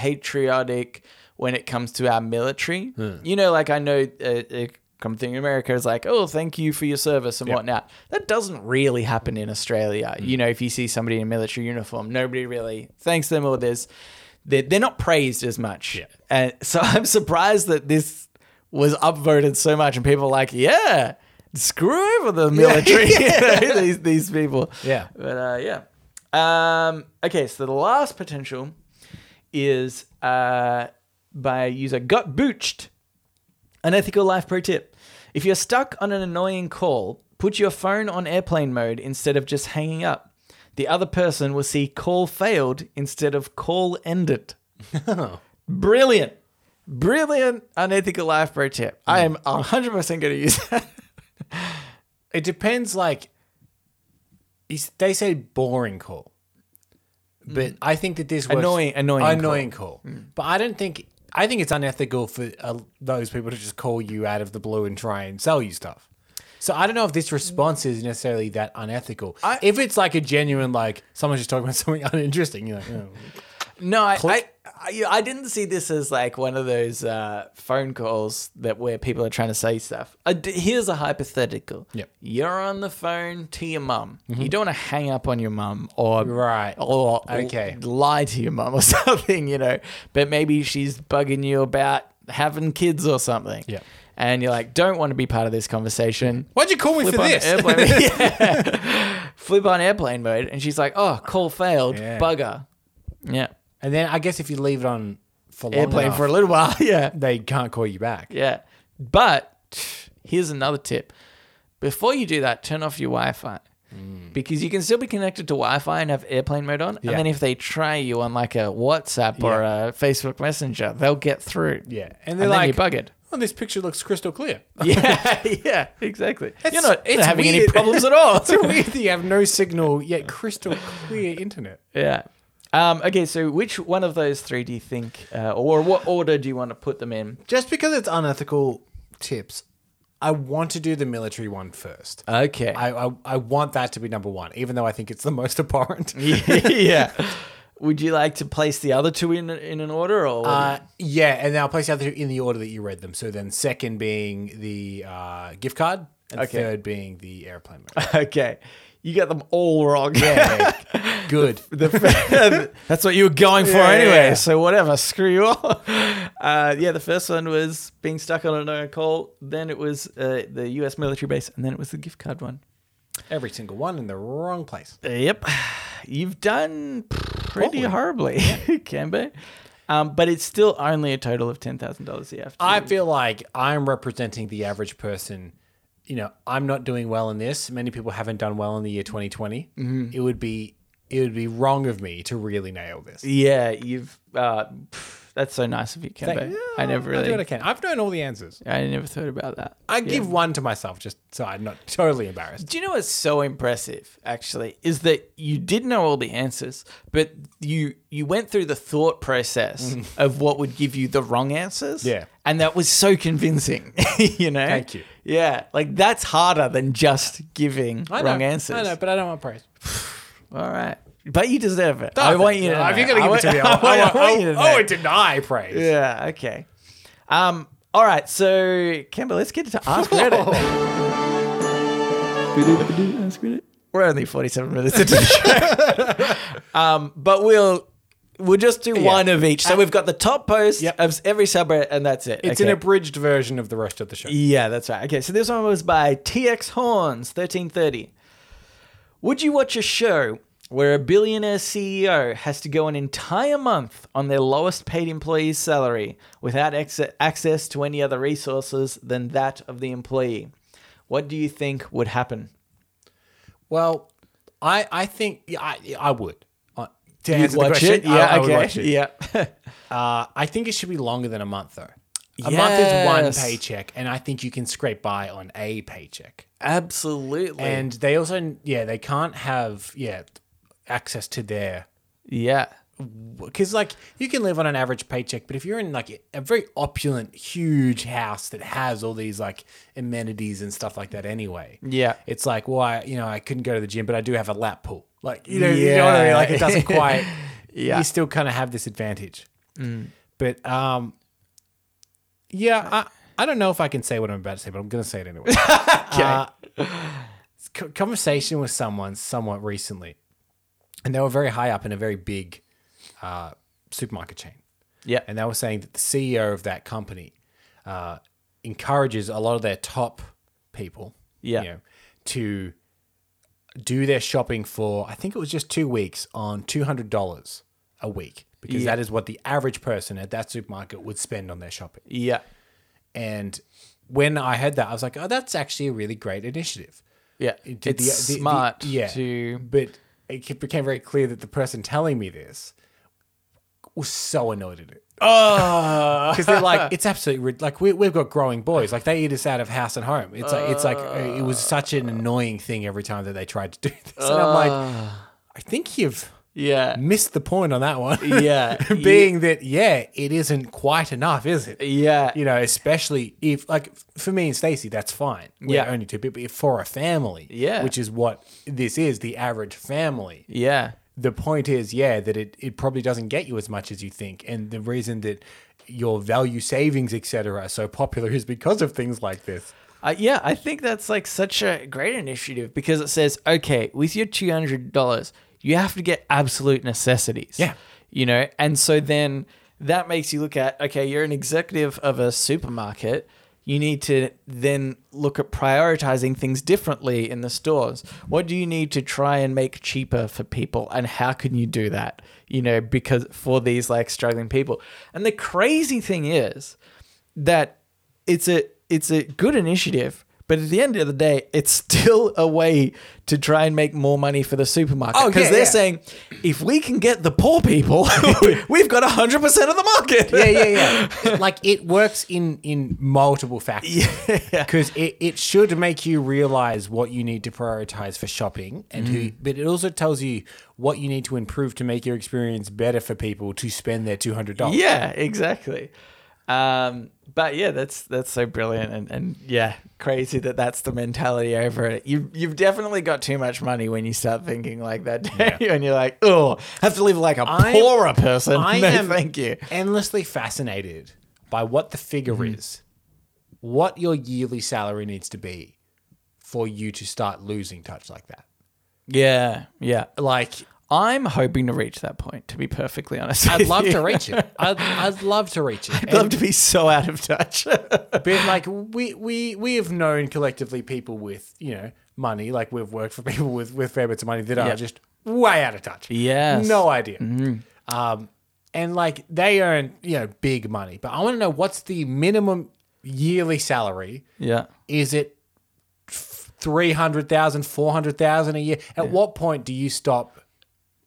patriotic when it comes to our military. You know, like I know uh, uh, something in America is like, oh, thank you for your service and whatnot. That doesn't really happen in Australia. You know, if you see somebody in a military uniform, nobody really thanks them or there's, they're, they're not praised as much. Yeah. And so [LAUGHS] I'm surprised that this was upvoted so much and people were like, yeah, screw over the military, [LAUGHS] you know, these, these people. Yeah. But uh, yeah. Um, okay, so the last potential is uh, by user Got Booched. An ethical life pro tip. If you're stuck on an annoying call, put your phone on airplane mode instead of just hanging up. The other person will see call failed instead of call ended. Brilliant. Brilliant unethical life pro tip. I Mm. am 100% going to use that. It depends. Like, is- they say boring call, but I think that this works, Mm. Annoying- annoying call. Mm. annoying call. But I don't think I think it's unethical for uh, those people to just call you out of the blue and try and sell you stuff. So I don't know if this response is necessarily that unethical. I- if it's like a genuine, like someone's just talking about [LAUGHS] something uninteresting, you're like, oh. No, I, I, I, you know, I didn't see this as like one of those uh, phone calls that where people are trying to say stuff. I d here's a hypothetical. Yep. Mm-hmm. You're on the phone to your mum. You don't want to hang up on your mum or Right. or Okay. l- lie to your mum or [LAUGHS] something, you know. But maybe she's bugging you about having kids or something. Yep. And you're like, don't want to be part of this conversation. why'd you call me [LAUGHS] Flip for on the this? airplane. Yeah. flip on airplane mode, and she's like, "Oh, call failed, Yeah. bugger." Yeah, And then I guess if you leave it on for long airplane enough, for a little while. [LAUGHS] yeah, they can't call you back. yeah. But here's another tip: before you do that, turn off your Wi-Fi. Because you can still be connected to Wi-Fi and have airplane mode on, Yeah. and then if they try you on like a WhatsApp or a Facebook Messenger, they'll get through. Yeah. And and they're then like, you're buggered. oh, this picture looks crystal clear. [LAUGHS] [LAUGHS] yeah, yeah, exactly. It's- you're not, you're it's not having any weird. problems at all. [LAUGHS] It's weird that you have [LAUGHS] no signal yet crystal clear internet. yeah. Um, okay, so which one of those three do you think, uh, or what order do you want to put them in? Just because it's unethical tips, I want to do the military one first. Okay. I, I, I want that to be number one, even though I think it's the [LAUGHS] most abhorrent. [LAUGHS] yeah. Would you like to place the other two in in an order, or [LAUGHS] Uh, yeah, and then I'll place the other two in the order that you read them. So then, second being the uh, gift card, and Okay. third being the airplane. [LAUGHS] [LAUGHS] mode. okay, you got them all wrong. [LAUGHS] [LAUGHS] Yeah, good. That's what you were going for Yeah, yeah, anyway. yeah. So whatever, screw you all. [LAUGHS] Uh, yeah, the first one was being stuck on a no call. Then it was uh, the U.S. military base, and then it was the gift card one. Every single one in the wrong place. Yep. [SIGHS] You've done pretty Poorly. horribly, [LAUGHS] Cambo. Um, but it's still only a total of ten thousand dollars you have to. I feel like I'm representing the average person. You know, I'm not doing well in this. Many people haven't done well in the year 2020. Mm-hmm. It would be it would be wrong of me to really nail this. yeah, you've. Uh, pff, that's so nice of you, Cambo. Thank- I never I do what I really. can. I've known all the answers. I, never thought about that. I give one to myself just so I'm not [LAUGHS] totally embarrassed. Do you know what's so impressive? Actually, is that you did know all the answers, but you you went through the thought process of what would give you the wrong answers. Mm. Yeah. and that was so convincing. [LAUGHS] you know. Thank you. Yeah, like that's harder than just giving I know, wrong answers. I know, but I don't want praise. All right. But you deserve it. I want you to. Know. If you're gonna I give it to want- [LAUGHS] me, I I want- I want you to oh, know. deny praise. Yeah. Okay. Um. All right. So, Kimber, let's get to Ask [LAUGHS] Reddit. [LAUGHS] We're only forty-seven minutes into the show. [LAUGHS] um. But we'll we'll just do one of each. So we've got the top post Yep. of every subreddit, and that's it. It's okay. an abridged version of the rest of the show. Yeah, that's right. Okay, so this one was by TX Horns, 1330. Would you watch a show where a billionaire CEO has to go an entire month on their lowest paid employee's salary without ex- access to any other resources than that of the employee? What do you think would happen? Well, I I think yeah, I I would. Uh, to answer the watch question, it? Yeah, I, I would okay. watch it. Yeah. [LAUGHS] Uh, I think it should be longer than a month though. A month is Yes. one paycheck, and I think you can scrape by on a paycheck. Absolutely. And they also, yeah, they can't have yeah access to their yeah. because like you can live on an average paycheck, but if you're in like a very opulent, huge house that has all these like amenities and stuff like that, anyway, Yeah. it's like, well, I, you know, I couldn't go to the gym, but I do have a lap pool. Like, you know, you know what I mean? Like, it [LAUGHS] doesn't Yeah. quite. Yeah. Mm. You still kind of have this advantage. But um, yeah, I, I don't know if I can say what I'm about to say, but I'm going to say [LAUGHS] it anyway. Uh, c- conversation with someone somewhat recently, and they were very high up in a very big uh, supermarket chain Yeah. and they were saying that the CEO of that company uh, encourages a lot of their top people, Yeah. to do their shopping for I think it was just two weeks on two hundred dollars a week because Yeah. that is what the average person at that supermarket would spend on their shopping. Yeah. And when I heard that, I was like, oh, that's actually a really great initiative. Yeah. It It's did the- the- the- smart yeah. [LAUGHS] to But it became very clear that the person telling me this was so annoyed at it. [LAUGHS] Oh, because [LAUGHS] they're like it's absolutely rid- like we, we've got growing boys like they eat us out of house and home it's like it's like uh, it was such an annoying thing every time that they tried to do [LAUGHS] this and i'm Uh. like i think you've yeah, missed the point on that one [LAUGHS] yeah, [LAUGHS] being that yeah it isn't quite enough is it yeah, [LAUGHS] you know especially if like f- for me and stacy that's fine We're Yeah. only two people if for a family Yeah. which is what this is the average family yeah, the point is, yeah, that it, it probably doesn't get you as much as you think. And the reason that your value savings, etc., are so popular is because of things [LAUGHS] like this. uh, yeah. I think that's like such a great initiative because it says, okay, with your two hundred dollars, you have to get absolute necessities. Yeah. you know, and so then that makes you look at, okay, you're an executive of a supermarket. you need to then look at prioritizing things differently in the stores. What do you need to try and make cheaper for people, and how can you do that? You know, because for these like struggling people. And the crazy thing is that it's a it's a good initiative. But at the end of the day, it's [LAUGHS] still a way to try and make more money for the supermarket. Oh, Because yeah, they're yeah. saying if we can get the poor people, [LAUGHS] we've got 100% of the market. yeah, yeah, yeah. like it works in in multiple factors. Yeah. Because it, it should make you realize what you need to prioritize for shopping and who Mm. but it also tells you what you need to improve to make your experience better for people to spend their two hundred dollars. [LAUGHS] Yeah, exactly. Um, but yeah, that's that's so brilliant and, and yeah, crazy that that's the mentality over it. You you've definitely got too much money when you start thinking like that, don't you? And you're like, oh, have to live like a I'm- poorer person. [LAUGHS] I no, am thank you. Mm-hmm. endlessly fascinated by what the figure is, what your yearly salary needs to be for you to start losing touch like that. Yeah, yeah. Like I'm hoping to reach that point. To be perfectly honest, I'd with love you. to reach it. I'd, I'd love to reach [LAUGHS] it. I'd love to be so out of touch. [LAUGHS] But like we we we have known collectively people with you know money. Like we've worked for [LAUGHS] people with with fair bits of money that Yeah. are just way out of touch. Yes. Mm-hmm. no idea. Um, and like they earn you know big money, but I want to know what's the minimum yearly salary? yeah. Is it three hundred thousand, four hundred thousand a year? At what point do you stop?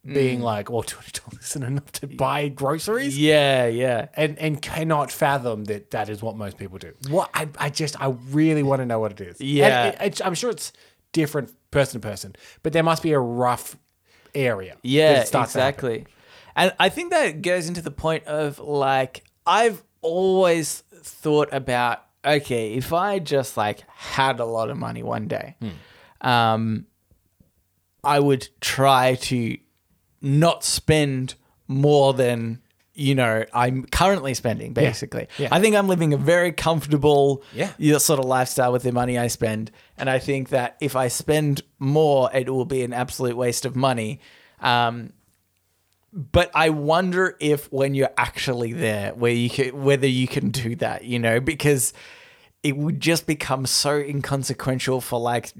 Mm. Being like, well, [LAUGHS] twenty dollars isn't enough to buy groceries Yeah, yeah. and and cannot fathom that that is what most people do. What I, I just I really want to know what it is. And Yeah. it- it's- I'm sure it's different person to person, but there must be a rough area. that Yeah, it starts to happen. exactly. And I think that goes into the point of like I've always thought about okay, if I just like had a lot of money one day, Hmm. um, I would try to not spend more than you know I'm currently spending. Basically, Yeah. I think I'm living a very comfortable, Yeah. you know, sort of lifestyle with the money I spend, and I think that if I spend more, it will be an absolute waste of money. Um, but I wonder if when you're actually there, where you can, whether you can do that, you know, because it would just become so inconsequential for like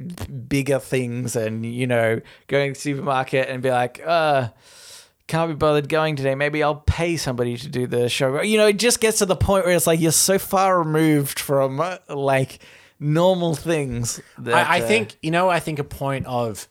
bigger things, and you know, going to the supermarket and be like, uh. Can't be bothered going today. Maybe I'll pay somebody to do the show. You know, it just gets to the point where it's like you're so far removed from uh, like normal things. That, I, I uh, think you know. I think a point of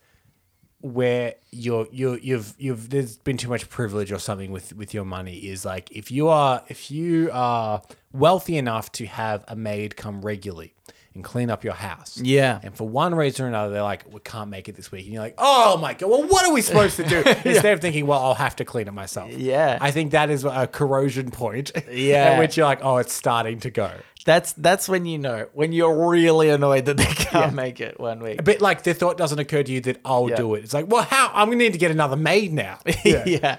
where you're you you've you've there's been too much privilege or something with with your money is like if you are if you are wealthy enough to have a maid come regularly and clean up your house. Yeah. And for one reason or another, they're like, we can't make it this week. And you're like, oh my God, well, what are we supposed to [LAUGHS] do? Instead of thinking, well, I'll have to clean it myself. Yeah. I think that is a corrosion point Yeah. [LAUGHS] at which you're like, oh, it's starting to go. That's that's when you know when you're really annoyed that they can't make it one week. A bit like the thought doesn't occur to you that I'll do it. It's like, well, how? I'm going to need to get another [LAUGHS] maid now. [LAUGHS] Yeah.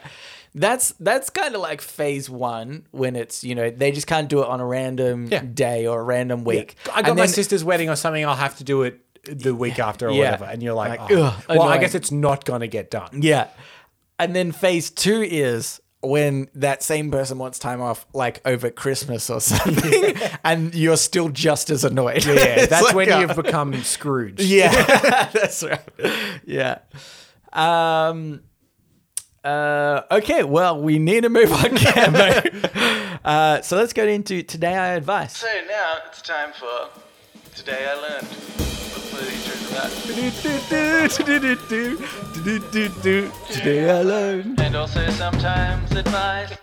That's that's kind of like phase one when it's you know they just can't do it on a random Yeah. day or a random week. I got And my then- sister's wedding or something. I'll have to do it the week after or Yeah. whatever. And you're like, Like, oh, ugh, well, I annoying. guess it's not going to [LAUGHS] get done. Yeah, and then phase two is when that same person wants time off, like over Christmas or [LAUGHS] [LAUGHS] something, and you're still just as annoyed. Yeah, [LAUGHS] It's that's like, when uh, you've become [LAUGHS] Scrooge. [LAUGHS] Yeah, [LAUGHS] that's right. Yeah. Um. Uh. Okay. Well, we need to move on, [LAUGHS] [LAUGHS] Cambo. uh. So let's go into today I advice. So now it's time for Today I Learned. Please turn to that. Today I learned. And also sometimes advice.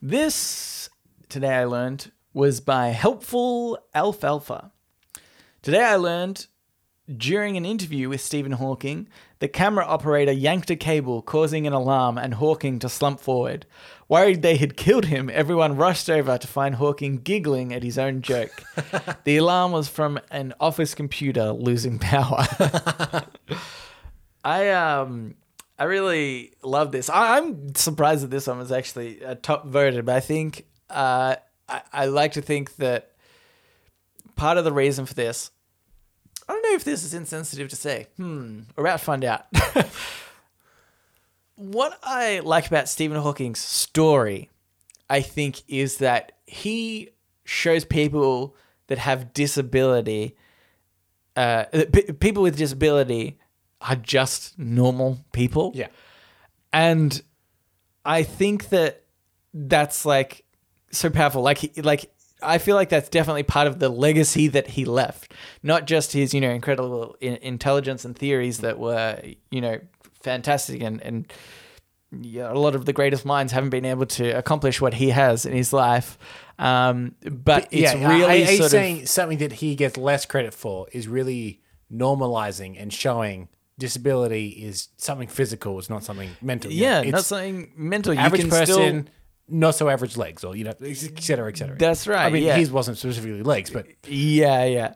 This today I learned was by helpful alfalfa. Today I learned during an interview with Stephen Hawking, the camera operator yanked a cable, causing an alarm and Hawking to slump forward. Worried they had killed him, everyone rushed over to find Hawking giggling at his own [LAUGHS] joke. the alarm was from an office computer losing power. I um I really love this. I, I'm surprised that this one was actually uh, top voted, but I think uh, I, I like to think that part of the reason for this, I don't know if this is insensitive to say. Hmm, we're about to find out. [LAUGHS] what I like about Stephen Hawking's story, I think, is that he shows people that have disability, uh, p- people with disability are just normal people. Yeah. And I think that that's like so powerful. Like, he- like I feel like that's definitely part of the legacy that he left. Not just his, you know, incredible in- intelligence and theories that were, you know, fantastic and and yeah, a lot of the greatest minds haven't been able to accomplish what he has in his life. Um, but it's yeah, I, really I, sort of saying something that he gets less credit for is really normalizing and showing disability is something physical, it's not something mental. You know, yeah, it's not something mental. You average can person, still not so average legs, or you know, et cetera, et cetera. That's right, I mean, yeah. his wasn't specifically legs, but Yeah, yeah.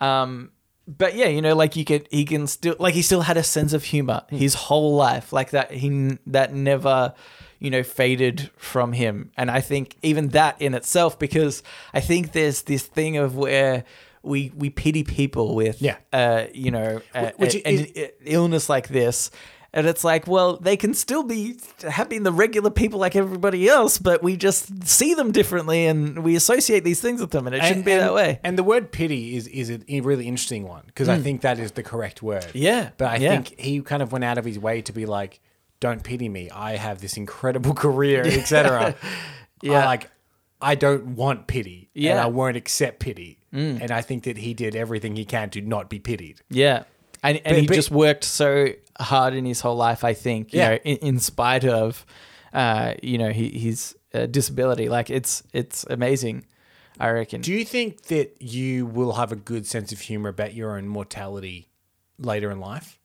Um, but yeah, you know, like you could, he can still, like he still had a sense of humor Hmm. his whole life, like that. He that never, you know, faded from him. And I think even that in itself, because I think there's this thing of where we we pity people with, Yeah. uh, you know, uh, Which a- an illness like this. And it's like, well, they can still be having the regular people like everybody else, but we just see them differently and we associate these things with them, and it shouldn't be that way. Hmm. And the word pity is is a really interesting one because I think that is the correct word. Yeah, But I yeah. think he kind of went out of his way to be like, "Don't pity me. I have this incredible [LAUGHS] career, etc." [LAUGHS] Yeah. I like I don't want pity, and Yeah. Hmm. I won't accept pity. And I think that he did everything he can to not be pitied. Yeah. And, and But- he but- just worked so hard in his whole life, I think, you Yeah. know, in, in spite of, uh, you know, he, his uh, disability. Like it's, it's amazing, I reckon. Do you think that you will have a good sense of humor about your own mortality later in life?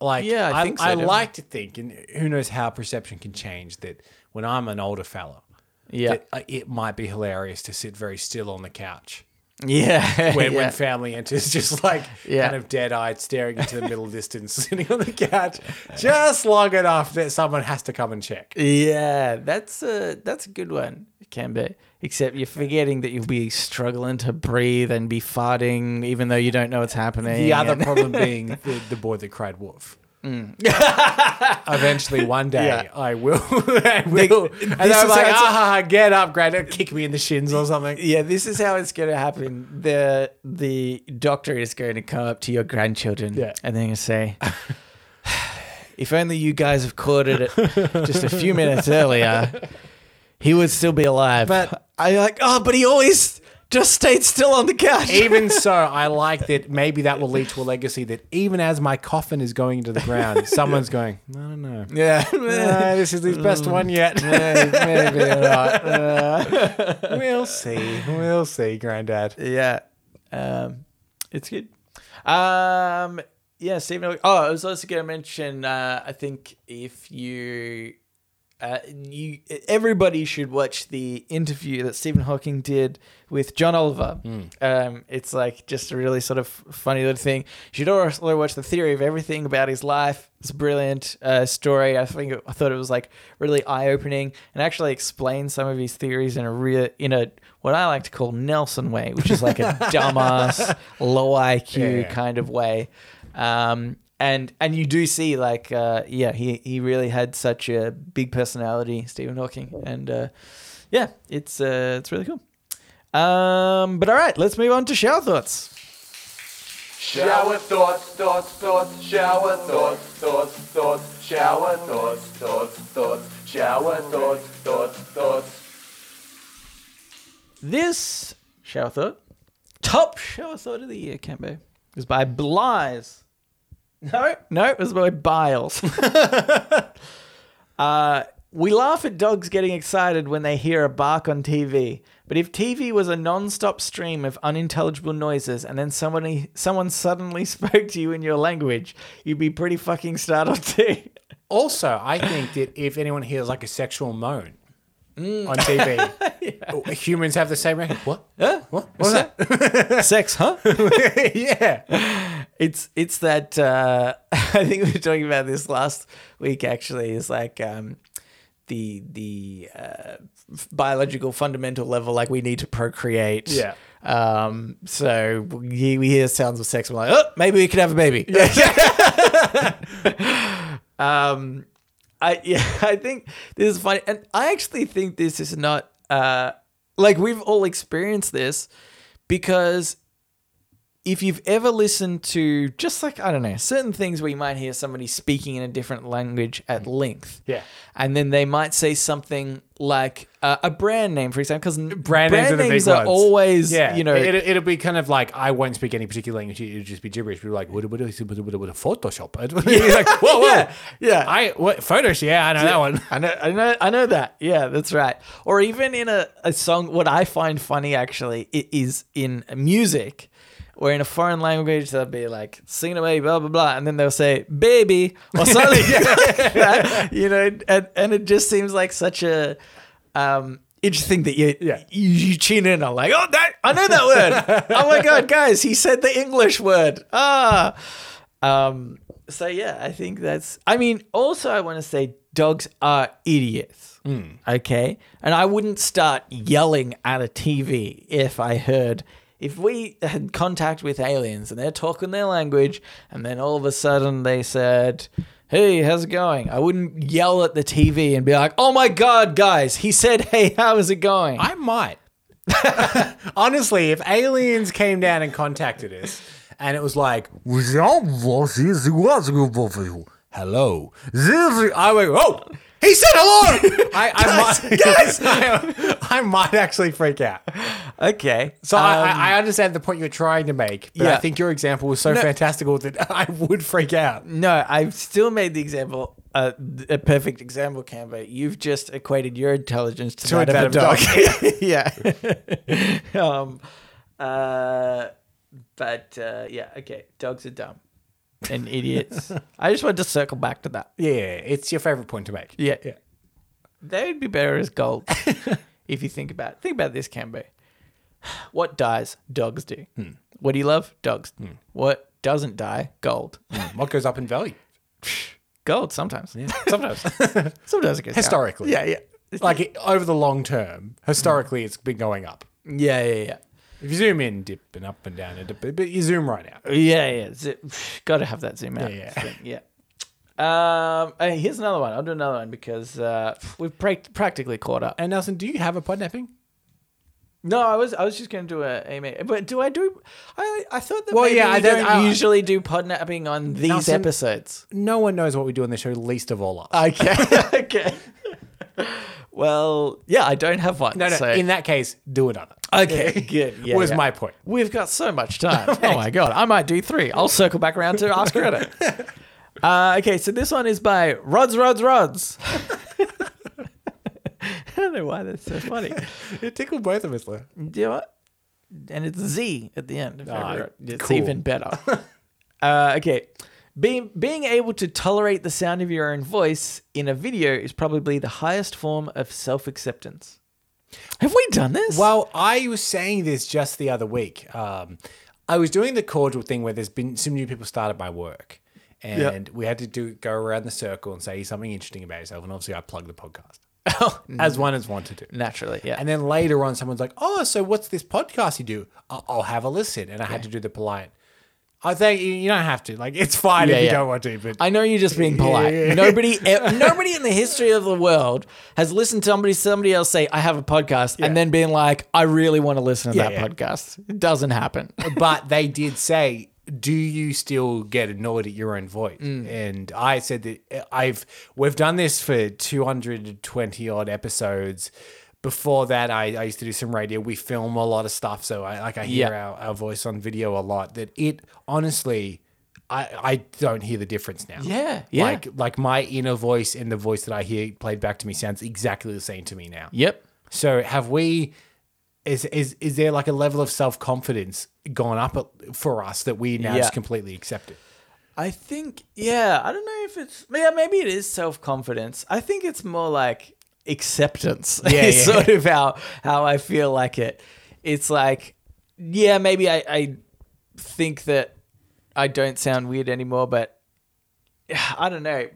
Like, Yeah, I think so, I definitely. like to think, and who knows how perception can change that when I'm an older fella, Yeah. that, uh, it might be hilarious to sit very still on the couch [LAUGHS] [LAUGHS] yeah. when, yeah. when family enters, [LAUGHS] just like Yeah. kind of dead eyed, staring into the middle [LAUGHS] distance, sitting on the couch, just long enough that someone has to come and check. yeah. That's a, that's a good one. It can be. Except you're forgetting that you'll be struggling to breathe and be farting, even though you don't know what's happening. The other and- [LAUGHS] Mm. problem being the, the boy that cried wolf. Eventually, one day, Yeah. I will. [LAUGHS] I will. and this I'm is how like, ah, it's- ha, ha, get up, Grandad, kick me in the shins or something. Yeah, this is how it's going to happen. The the doctor is going to come up to your grandchildren Yeah. and they're going to say, [SIGHS] if only you guys have caught it [LAUGHS] at just a few minutes earlier, he would still be alive. But- [LAUGHS] I like, oh, but he always [LAUGHS] just stayed still on the couch. Even so, I like that maybe that will lead to a legacy that even as my coffin is going into the ground, [LAUGHS] someone's going, I don't know. [LAUGHS] [LAUGHS] yeah. Uh, this is his best one [LAUGHS] yet. Maybe [LAUGHS] not. Uh, we'll see. We'll see, Grandad. yeah. Um, it's good. Um, yeah, Stephen. Oh, I was also going to mention. Uh, I think if you, uh, you, everybody should watch the interview that Stephen Hawking did with John Oliver. Um, it's like just a really sort of funny little thing. You should also watch the theory of everything about his life. It's a brilliant uh, story. I think it, I thought it was like really eye opening and actually explains some of his theories in a real in a what I like to call Nelson way, which is [LAUGHS] like a dumbass, low IQ Yeah, yeah. kind of way. Um, and and you do see like uh, yeah, he he really had such a big personality, Stephen Hawking, and uh, yeah, it's uh, it's really cool. Um, but all right, let's move on to shower thoughts. Shower thoughts, thoughts, thoughts, shower thoughts, thoughts, thoughts, shower thoughts, thoughts, thoughts, shower thoughts, thoughts, thoughts. This shower thought, top shower thought of the year, Cambo, is by Bly's. No, no, it was by [LAUGHS] Biles. uh, we laugh at dogs getting excited when they hear a bark on TV, but if TV was a non-stop stream of unintelligible noises and then somebody, someone suddenly [LAUGHS] spoke to you in your language, you'd be pretty fucking startled too. Also, I think that if anyone hears like a sexual moan on TV, humans have the same reaction. What? What? What's that? Sex, huh? yeah. It's it's that uh, [LAUGHS] I think we were talking about this last week. Actually, is like um, the the uh, f- biological fundamental level. Like we need to procreate. Yeah. Um. So we, we hear sounds of sex. We're like, oh, maybe we could have a baby. [LAUGHS] um. I yeah. [LAUGHS] I think this is funny, and I actually think this is not uh like we've all experienced this because if you've ever listened to just like I don't know certain things where you might hear somebody speaking in a different language at length, Yeah. and then they might say something like uh, a brand name, for example, because Brand, names are the big ones. always you know it, it'll be kind of like I won't speak any particular language. It'll just be gibberish. People are like, what what- what- what- what- what- Photoshop? [LAUGHS] It'll be like, whoa, whoa, Yeah, yeah. I what Photoshop? Yeah, I know that one. I know, I know, I know that. Yeah, that's right. Or even in a, a song, what I find funny actually i- is in music, where in a foreign language they'll be like "sing it away," blah blah blah, and then they'll say "baby" [LAUGHS] or something like that. You know, and and it just seems like such a um, interesting that you, Yeah. you you tune in. I'm like, oh, that I know that [LAUGHS] word. oh my god, guys, he said the English word. Ah. Um, so yeah, I think that's. I mean, also I want to say dogs are idiots. Hmm. Okay, and I wouldn't start yelling at a TV if I heard if we had contact with aliens and they're talking their language, and then all of a sudden they said. Hey, how's it going? I wouldn't yell at the TV and be like, "Oh my god, guys, he said, "Hey, how is it going?" I might. [LAUGHS] Honestly, if aliens came down and contacted us and it was like, hello, I went, oh, he said hello. [LAUGHS] I, I, might, [LAUGHS] Guys, I, I might actually freak out. okay. So I I, I understand the point you're trying to make, but I yeah. think your example was so fantastical that [LAUGHS] I would freak out. No, I've still made the example uh, th- a perfect example, Canva. You've just equated your intelligence to, that, of a dog. [LAUGHS] yeah. um, uh, but uh, yeah, okay. Dogs are dumb and [LAUGHS] idiots. I just wanted to circle back to that. Yeah, it's your favorite point to make. Yeah, yeah. They would be better as [LAUGHS] gold if you think about it. Think about this, Cambo. What dies? Dogs do. What do you love? Dogs. What doesn't die? Gold. What goes up in value? Gold sometimes. Sometimes. Sometimes it goes down. Historically. Yeah, yeah. [LAUGHS] like it, over the long term, historically, it's been going up. Yeah, yeah, yeah. If you zoom in, dip and up and down, and dip, but you zoom right out. Yeah, yeah. Got to have that zoom out. Yeah, yeah. thing, yeah. Um, uh, here's another one. I'll do another one because uh, we've prac practically caught up. And Nelson, do you have a podnapping? No, I was I was just going to do a AMA, but do I do? I I thought that Well, maybe yeah, we I don't- don't I- usually do podnapping on these Nelson- episodes. No one knows what we do on this show, least of all us. Okay, [LAUGHS] okay. well, yeah, I don't have one. no, no. so- in that case, do another. [LAUGHS] [LAUGHS] okay, good. Yeah, was yeah. my point. We've got so much time. oh my god, I might do three. I'll circle back around to ask [LAUGHS] credit. Uh, okay, so this one is by Rods, Rods, [LAUGHS] Rods. I don't know why that's so funny. [LAUGHS] It tickled both of us, though. Do you what? And it's Z at the end. if I Ah, ever- it's cool. even [LAUGHS] better. uh, okay. Being, being able to tolerate the sound of your own voice in a video is probably the highest form of self acceptance. Have we done this? Well, I was saying this just the other week. Um, I was doing the cordial thing where there's been some new people started my work, and we had to do go around the circle and say something interesting about yourself. And obviously, I plugged the [LAUGHS] podcast as one is one to do. naturally, yeah. And then later on, someone's like, "Oh, so what's this podcast you do? I'll, I'll have a listen." And I had to do the polite. I think you, you don't have to. Like, it's fine if Yeah, you yeah. don't want to. But I know you're just being polite. [LAUGHS] Yeah. Nobody, e- nobody in the history of the world has listened to somebody, somebody else say, "I have a podcast," and then being like, "I really want to listen to Yeah, that yeah. podcast." It doesn't [LAUGHS] happen. but they did say, "Do you still get annoyed at your own voice?" Mm. And I said that eh, I've we've done this for two hundred and twenty odd episodes. Before that, I, I used to do some radio. We film a lot of stuff, so I like I hear Yeah. our, our voice on video a lot. That it honestly, I I don't hear the difference now. Yeah, yeah. Like like my inner voice and the voice that I hear played back to me sounds exactly the same to me now. yep. So have we? Is is is there like a level of self confidence gone up for us that we now Yeah. just completely accept it? I think, yeah, I don't know if it's, yeah, maybe it is self confidence. I think it's more like acceptance. [LAUGHS] Yeah, is yeah. sort of how how I feel like it. It's like, yeah, maybe I, I think that [SIGHS] I don't sound weird anymore, but I don't know.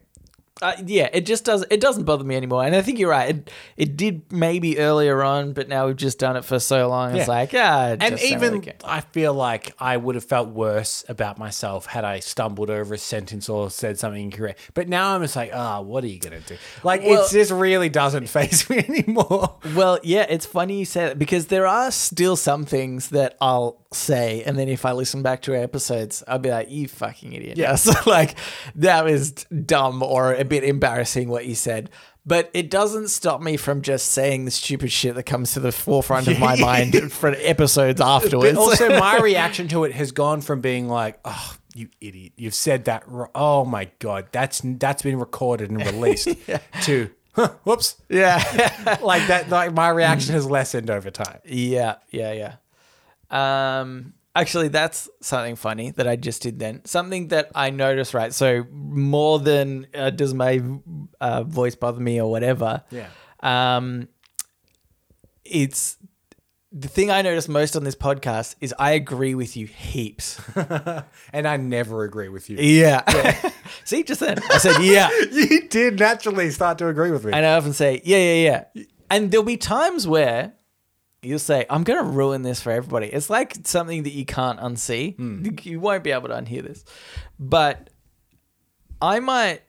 Uh, yeah, it just does. It doesn't bother me anymore, and I think you're right. It, it did maybe earlier on, but now we've just done it for so long. It's Yeah. like ah, it and just don't even really care. I feel like I would have felt worse about myself had I stumbled over a sentence or said something incorrect. But now I'm just like, ah, what are you gonna do? Like, Well- it's this really doesn't [LAUGHS] phase me [LAUGHS] anymore. Well, yeah, it's funny you say that because there are still some things that I'll say, and then if I listen back to our episodes, I'll be like, "You fucking idiot!" Yeah, [LAUGHS] so like that was dumb or a bit embarrassing what you said, but it doesn't stop me from just saying the stupid shit that comes to the forefront of [LAUGHS] my mind for episodes afterwards. But also, my reaction to it has gone from being like, "Oh, you idiot! You've said that. wr- Oh my god, that's that's been recorded and [LAUGHS] released." To huh, whoops, [LAUGHS] [LAUGHS] yeah, like that. Like my reaction has lessened over time. Yeah, yeah, yeah. Um, actually, that's something funny that I just did then. Something that I noticed, right? So more than uh, does my uh, voice bother me or whatever. Yeah. Um, it's the thing I notice most on this podcast is I agree with you heaps. And I never agree with you. Yeah. [LAUGHS] See, just then I said yeah. [LAUGHS] You did naturally start to agree with me. And I often say, yeah, yeah, yeah. And there'll be times where you'll say, I'm going to ruin this for everybody. It's like something that you can't unsee. Hmm. You won't be able to unhear this. But I might.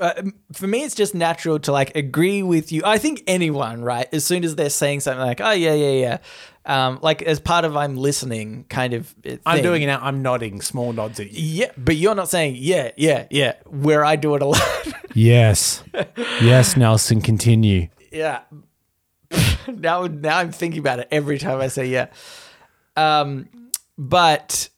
Uh, for me, it's just natural to like agree with you. I think anyone, right? As soon as they're saying something like, "Oh yeah, yeah, yeah," um, like as part of I'm listening, kind of. uh, I'm thing. doing it now. I'm nodding small nods at you. Yeah, but you're not saying yeah, yeah, yeah. Where I do it a lot. Yes, yes, Nelson. Continue. Yeah. [LAUGHS] now now I'm thinking about it every time I say yeah. Um but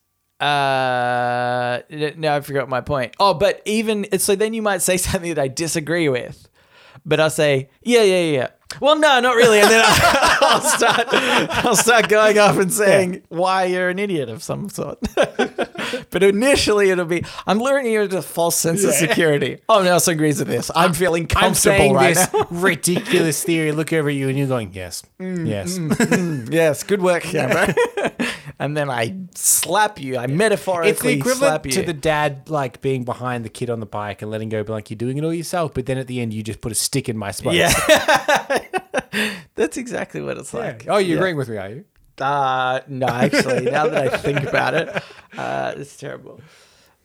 uh n- now I forgot my point. Oh, but even so then you might say [LAUGHS] something that I disagree with. But I'll say, yeah, yeah, yeah. Well, no, not really. And then I'll, [LAUGHS] I'll start I'll start going off and saying why you're an idiot of some sort. [LAUGHS] but initially it'll be I'm luring you into a false sense of security. Oh, Nelson agrees with this. I'm feeling [LAUGHS] comfortable I'm saying right this now. [LAUGHS] ridiculous theory. Look over at you, and you're going, "Yes, yes." Yes, good [LAUGHS] work, Camber. and then I slap you. I metaphorically it's the equivalent slap you. to [LAUGHS] the dad like being behind the kid on the bike and letting go, be like, "You're doing it all yourself." But then at the end, you just put a stick in my spine. yeah. [LAUGHS] [LAUGHS] That's exactly what it's like. Like, oh, you're Yeah. agreeing with me, are you? Uh, no, actually, now that I think about it, [LAUGHS] uh, it's terrible.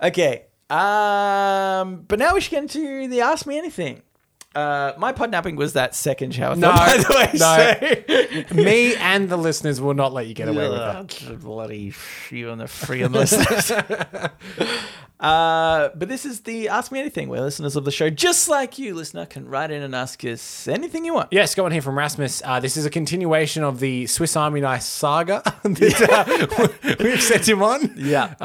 Okay. Um, but now we should get into the Ask Me Anything. Uh, my podnapping was that second shower. [LAUGHS] No, by the way, [LAUGHS] no. so- me and the listeners will not let you get away with that. Ugh, Bloody you and the freedom listeners. [LAUGHS] uh, but this is the Ask Me Anything, where listeners of the show, just like you, listener, can write in and ask us anything you want. Yes, go on here from Rasmus. Uh, this is a continuation of the Swiss Army Knife saga [LAUGHS] that uh, [LAUGHS] we've set him on. Yeah. Uh,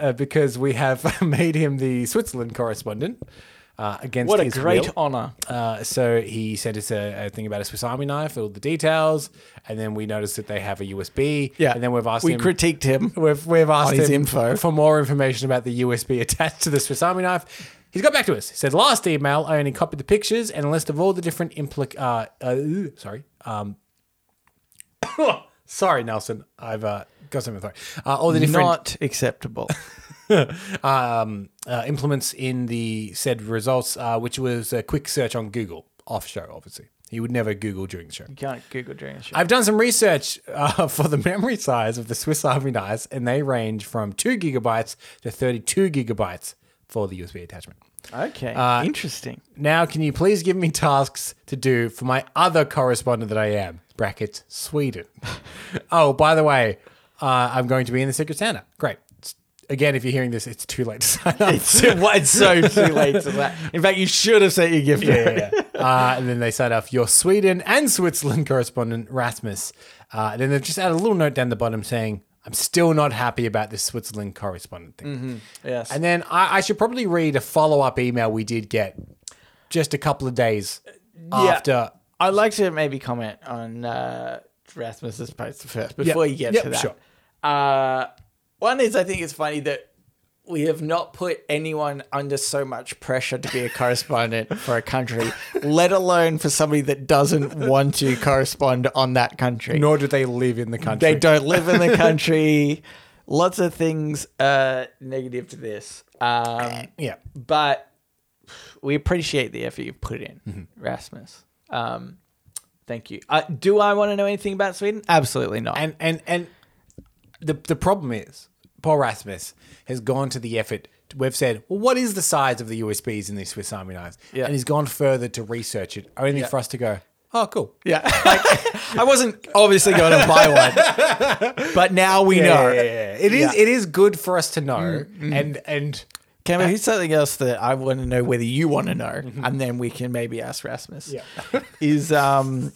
uh, because we have [LAUGHS] made him the Switzerland correspondent uh, against What a his great will. honor. Uh, so he sent us a, a thing about a Swiss Army knife, all the details, and then we noticed that they have a USB. and then we've asked We him. critiqued him. we've we've asked his him info. for more information about the USB attached to the Swiss Army knife. He's got back to us. He said last email I only copied the pictures and a list of all the different implic. Uh, uh, ooh, sorry. Um, [COUGHS] sorry, Nelson. I've uh, got something. Sorry. Uh, all the [LAUGHS] different Not [LAUGHS] acceptable. um, uh, implements in the said results, uh, which was a quick search on Google, off show, obviously. He would never Google during the show. you can't Google during a show. I've done some research uh, [LAUGHS] for the memory size of the Swiss Army knives, and they range from 2 gigabytes to 32 gigabytes for the USB attachment. okay. Uh, Interesting. Now, can you please give me tasks to do for my other correspondent that I am? Brackets, Sweden. [LAUGHS] oh, by the way, uh, I'm going to be in the Secret Santa. Great. It's- again, if you're hearing this, it's too late to sign up. It's, it's so too late to that. In fact, you should have sent your gift. yeah, yeah. yeah. [LAUGHS] Uh, and then they start off your Sweden and Switzerland correspondent Rasmus. Uh, and then they've just added a little note down the bottom saying, "I'm still not happy about this Switzerland correspondent thing." Yes. And then I, I should probably read a follow up email we did get just a couple of days after. I'd like to maybe comment on uh, Rasmus's post first before you get Yep, to that. sure. Uh, one is I think it's funny that we have not put anyone under so much pressure to be a correspondent for a [LAUGHS] country, let alone for somebody that doesn't want to correspond on that country. Nor do they live in the country. They don't live in the [LAUGHS] country. Lots of things uh, negative to this. Um, Yeah. but we appreciate the effort you put in, Rasmus. Um, thank you. Uh, do I want to know anything about Sweden? Absolutely not. And and and the the problem is Paul Rasmus has gone to the effort. We've said, well, what is the size of the USBs in these Swiss Army knives? Yeah. And he's gone further to research it, only for us to go, oh, cool. [LAUGHS] yeah, I wasn't obviously going [LAUGHS] to buy one, but now we know. Mm, It is it is good for us to know. And and Can we here's something else that I want to know whether you want to know, and then we can maybe ask Rasmus. Yeah. [LAUGHS] is um,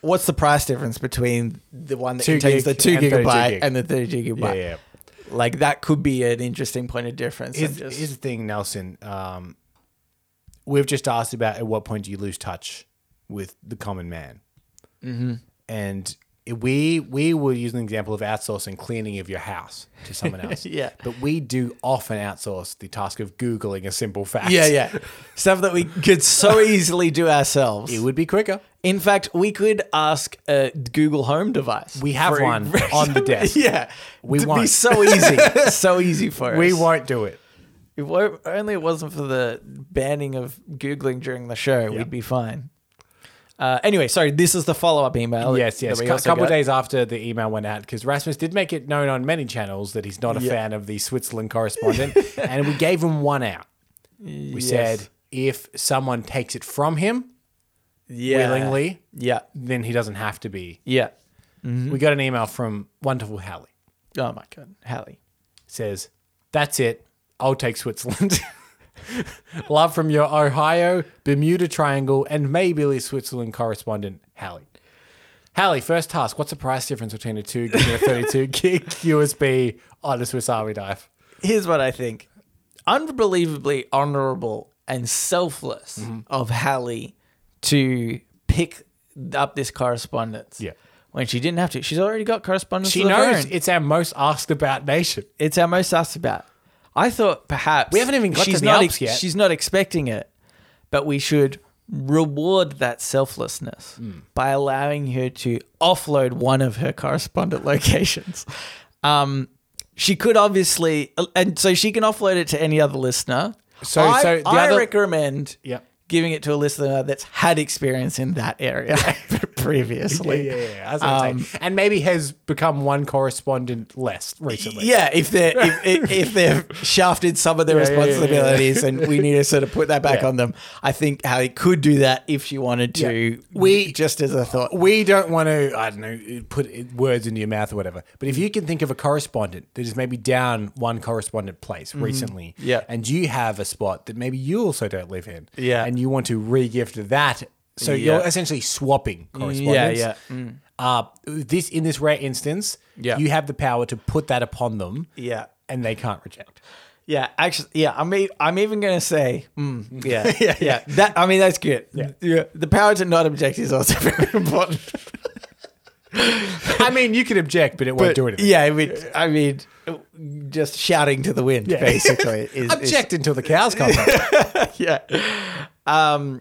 what's the price difference between the one that Two contains gig the two and 32 gigabyte gig. and the thirty gigabyte? yeah. Like that could be an interesting point of difference. I'm Here's, just- here's the thing, Nelson. Um, we've just asked about at what point do you lose touch with the common man, mm-hmm. and we we were using the example of outsourcing cleaning of your house to someone else. [LAUGHS] Yeah. but we do often outsource the task of googling a simple fact. yeah, yeah, stuff that we could [LAUGHS] so easily do ourselves. It would be quicker. In fact, we could ask a Google Home device. We have for- one on [LAUGHS] the desk. Yeah, We It'd be won't. so [LAUGHS] easy, so easy for us. We won't do it. If wo- only it wasn't for the banning of Googling during the show, we'd be fine. Uh, anyway, sorry, this is the follow up email. Yes, that yes. A we cou- also couple got. days after the email went out, because Rasmus did make it known on many channels that he's not a fan of the [LAUGHS] Switzerland correspondent, and we gave him one out. We said if someone takes it from him Yeah. willingly, Yeah. then he doesn't have to be. Yeah. We got an email from wonderful Hallie. Oh, my God. Hallie. Says, "That's it. I'll take Switzerland." [LAUGHS] Love from your Ohio, Bermuda Triangle, and maybe Switzerland correspondent Hallie. Hallie, first task: What's the price difference between a two gig and a [LAUGHS] thirty-two gig USB on a Swiss Army knife? Here's what I think unbelievably honorable and selfless Mm-hmm. of Hallie to pick up this correspondence. Yeah. When she didn't have to. She's already got correspondence. She of her knows own. it's our most asked about nation. It's our most asked about. I thought perhaps We haven't even got to the not Alps yet. She's not expecting it, but we should reward that selflessness Hmm. by allowing her to offload one of her correspondent [LAUGHS] locations. Um, she could obviously, uh, and so she can offload it to any other listener. So- I, so the I other- recommend Yep. giving it to a listener that's had experience in that [LAUGHS] area [LAUGHS] previously. yeah. That's what I'm saying. Um, And maybe has become one correspondent less recently. Yeah, if they're if, if, [LAUGHS] if they've shafted some of their Yeah, yeah, yeah, yeah. responsibilities, and we need to sort of put that back Yeah. on them. I think Hallie could do that if she wanted to. Yeah. We- just as a thought. We don't want to, I don't know, put it- words into your mouth or whatever. But if you can think of a correspondent that is maybe down one correspondent place recently, Mm-hmm. Yeah. and you have a spot that maybe you also don't live in, Yeah. and you want to regift that, so Yeah. you're essentially swapping correspondence. yeah. Uh, this in this rare instance, Yeah. you have the power to put that upon them, Yeah, and they can't reject. yeah. Actually, yeah. I mean, I'm even gonna say, mm, [LAUGHS] yeah, yeah, yeah. That I mean, that's good. Yeah. The power to not object is also [LAUGHS] very important. I mean, you can object, but it won't do anything. yeah, I mean, I mean, just shouting to the wind, [LAUGHS] basically. Is, is- Object until the cows [LAUGHS] come home. [LAUGHS] yeah. Um,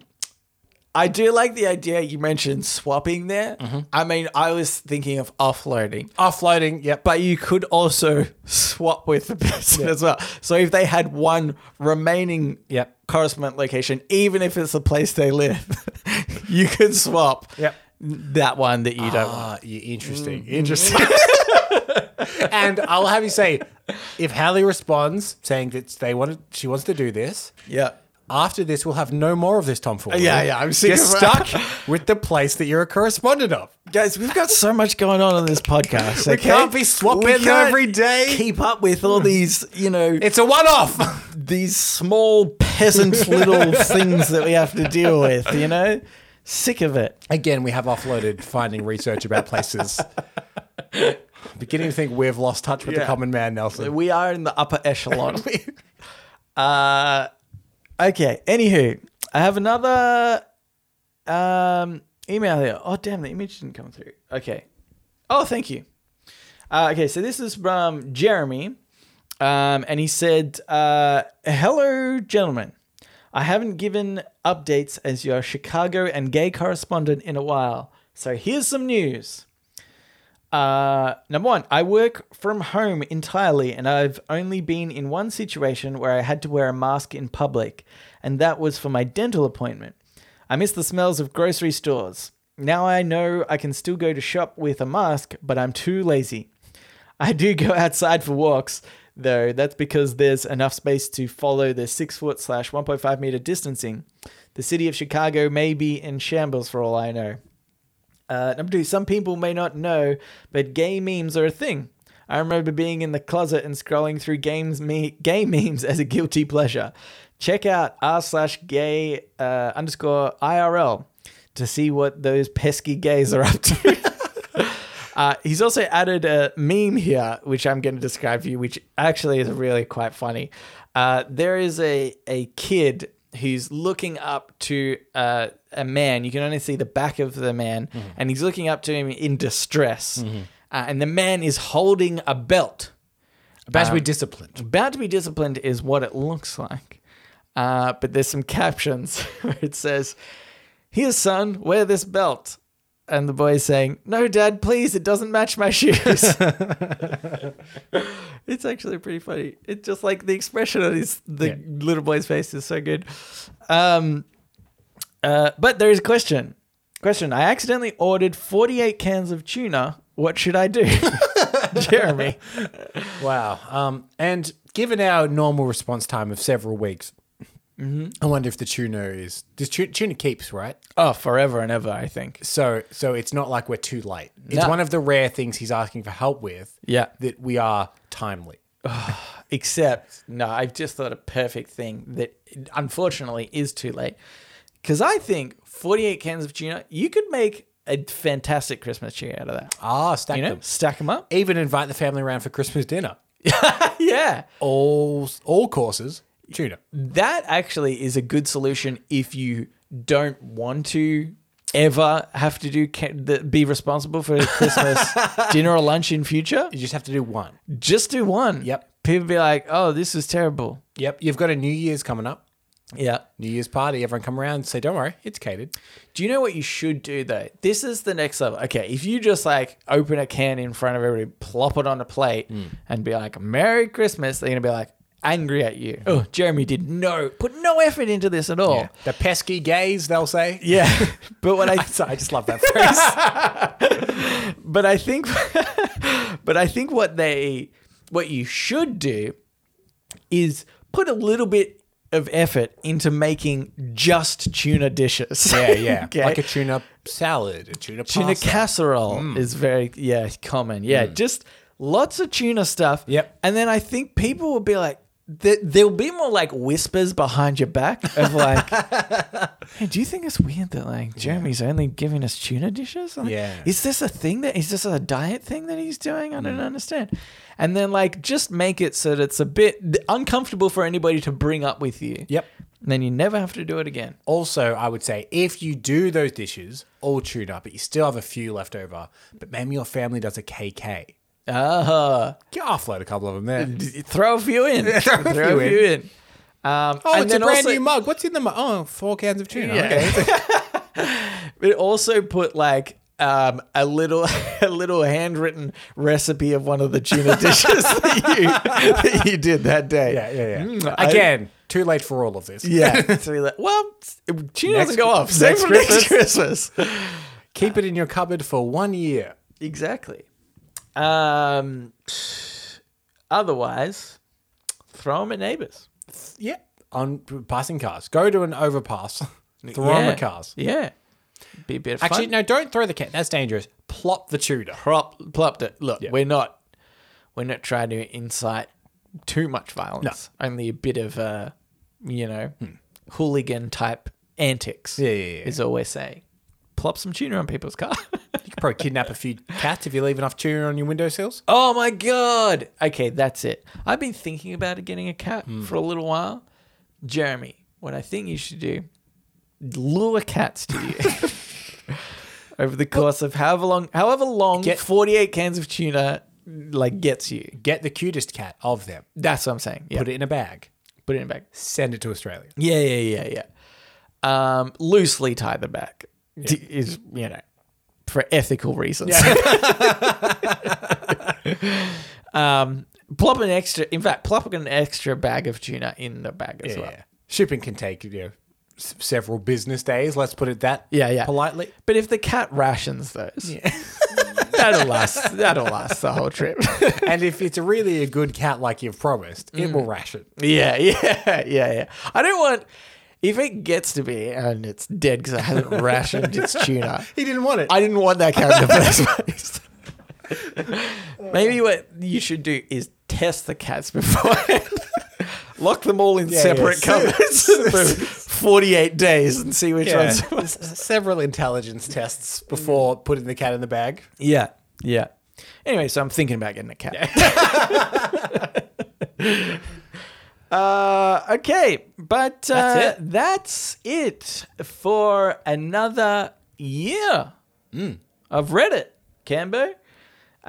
I do like the idea you mentioned swapping there. Mm-hmm. I mean, I was thinking of offloading, Offloading, yep. but you could also swap with the [LAUGHS] person as well. So if they had one remaining Yep. correspondent location, even if it's the place they live, [LAUGHS] you could swap Yep. that one that you don't want. Ah, yeah, interesting. Mm-hmm. Interesting. [LAUGHS] and I'll have you say, if Hallie responds saying that they wanted, she wants to do this. Yeah. After this, we'll have no more of this tomfoolery. Yeah, yeah, I'm sick You're of- [LAUGHS] stuck with the place that you're a correspondent of. Guys, we've got so much going on on this podcast. okay? can't be swapping We can't every day. Mm. Keep up with all these, you know, It's a one-off. these small peasant little things that we have to deal with, you know? Sick of it. [LAUGHS] Again, we have offloaded finding research about [LAUGHS] places. Beginning to think we've lost touch with the Yeah. common man, Nelson. We are in the upper echelon. [LAUGHS] uh, okay, anywho, I have another um, email here. Oh, damn, the image didn't come through. Okay. Oh, thank you. Uh, okay, so this is from Jeremy. Um, and he said, uh, Hello, gentlemen. I haven't given updates as your Chicago and gay correspondent in a while. So here's some news. Uh, number one, I work from home entirely, and I've only been in one situation where I had to wear a mask in public, and that was for my dental appointment. I miss the smells of grocery stores. Now I know I can still go to shop with a mask, but I'm too lazy. I do go [LAUGHS] outside for walks, though. That's because there's enough space to follow the six foot slash 1.5 meter distancing. The city of Chicago may be in shambles for all I know. Uh, number two, some people may not know, but gay memes are a thing. I remember being in the closet and scrolling through games me- gay [LAUGHS] memes as a guilty pleasure. Check out r slash gay uh, underscore IRL to see what those pesky gays are up to. [LAUGHS] uh, he's also added a meme here, which I'm going to describe to you, which actually is really quite funny. Uh, there is a, a kid who's looking up to uh, a man. You can only see the back of the man, and he's looking up to him in distress. Uh, and the man is holding a belt About to be disciplined. about to be disciplined is what it looks like. Uh, but there's some captions [LAUGHS] where it says, Here, son, wear this belt. And the boy's saying, No, dad, please, it doesn't match my shoes. it's actually pretty funny. It's just like the expression on his the Yeah. little boy's face is so good. Um, uh, but there is a question. Question I accidentally ordered 48 cans of tuna. What should I do? [LAUGHS] Jeremy. Wow. Um, and given our normal response time of several weeks, Mm-hmm. I wonder if the tuna is. This tu- tuna keeps, right? Oh, forever and ever, I think. So, so it's not like we're too late. It's No. one of the rare things he's asking for help with. Yeah. That we are timely. Except, no, I've just thought a perfect thing that unfortunately is too late. Because I think 48 cans of tuna, you could make a fantastic Christmas tree out of that. Ah, stack You know, them. stack them up. Even invite the family around for Christmas dinner. yeah. All all courses tuna. That actually is a good solution if you don't want to ever have to do ca- the- be responsible for Christmas dinner or lunch in future. You just have to do one. Just do one. Yep. People be like, oh, this is terrible. Yep. You've got a New Year's coming up. Yeah. New Year's party. Everyone come around and say, "Don't worry, it's catered." Do you know what you should do though? This is the next level. Okay, if you just like open a can in front of everybody, plop it on a plate, Hmm. and be like, "Merry Christmas," they're gonna be like angry at you. Oh, Jeremy did no, put no effort into this at all. The pesky gays, they'll say. [LAUGHS] Yeah, but what I So I just love that [LAUGHS] phrase. but I think [LAUGHS] but I think what they what you should do is put a little bit of effort into making just tuna dishes. yeah, [LAUGHS] yeah. Okay? Like a tuna salad, a tuna tuna pasta. Mm. casserole is very yeah common yeah just lots of tuna stuff Yep. and then i think people will be like th- there'll be more like whispers behind your back of [LAUGHS] like hey do you think it's weird that like jeremy's only giving us tuna dishes Like, Yeah. is this a thing that is this a diet thing that he's doing i Mm. don't understand and then like just make it so that it's a bit uncomfortable for anybody to bring up with you Yep. and then you never have to do it again Also, I would say if you do those dishes, all tuna, but you still have a few left over, but maybe your family does a KK. uh-huh. Yeah, I'll offload a couple of them there. D- throw a few [LAUGHS] in. throw a few in. Um, Oh, and it's a then brand also, new mug. What's in the mug? Oh, four cans of tuna. Yeah. [LAUGHS] Okay. It also put like um, a little [LAUGHS] a little handwritten recipe of one of the [LAUGHS] tuna dishes that you that you did that day. yeah, yeah, yeah. Mm, I- Again, too late for all of this. [LAUGHS] Yeah. so you're like, well, it- tuna Next- doesn't go off. Same next for next Christmas. [LAUGHS] Keep it in your cupboard for one year. exactly. Um, otherwise, throw them at neighbors. Yeah. On passing cars. Go to an overpass. [LAUGHS] Throw on the cars. Yeah. Be a bit of fun. Actually, no, don't throw the cat. That's dangerous. Plop the Tudor. prop, plopped it. Look, Yeah. we're not we're not trying to incite too much violence. Only a bit of uh, you know, Hmm. hooligan type antics. Yeah, yeah, yeah. Is all we're saying. Plop some tuna on people's car. [LAUGHS] You could probably kidnap a few cats if you leave enough tuna on your windowsills. oh my god. Hmm. Okay, that's it. I've been thinking about getting a cat for a little while. Jeremy, what I think you should do, lure cats to you. [LAUGHS] Over the course of however long, however long, Get- forty-eight cans of tuna like gets you. Get the cutest cat of them. That's what I'm saying. Yeah. Put it in a bag. Put it in a bag. Send it to Australia. Yeah, yeah, yeah, yeah. Um, loosely tie the back. D- Is you know, for ethical reasons. [LAUGHS] um, plop an extra. In fact, plop an extra bag of tuna in the bag as Yeah, well. yeah. Shipping can take you know, s- several business days. Let's put it that Yeah, yeah. [LAUGHS] politely. But if the cat rations those, [LAUGHS] that'll last. That'll last the whole trip. [LAUGHS] and if it's really a good cat like you've promised, it will ration. yeah, yeah, yeah, yeah. I don't want. If it gets to be and it's dead because it hasn't rationed its tuna, He didn't want it. I didn't want that cat [LAUGHS] in the first place. Maybe what you should do is test the cats [LAUGHS] beforehand. Lock them all in Yeah, separate yeah. cupboards [LAUGHS] for 48 days and see which yeah. one's. S- s- [LAUGHS] several intelligence tests before putting the cat in the bag. Yeah, yeah. Anyway, so I'm thinking about getting a cat. uh, okay, but uh, That's that's it for another year Mm. of Reddit, Cambo.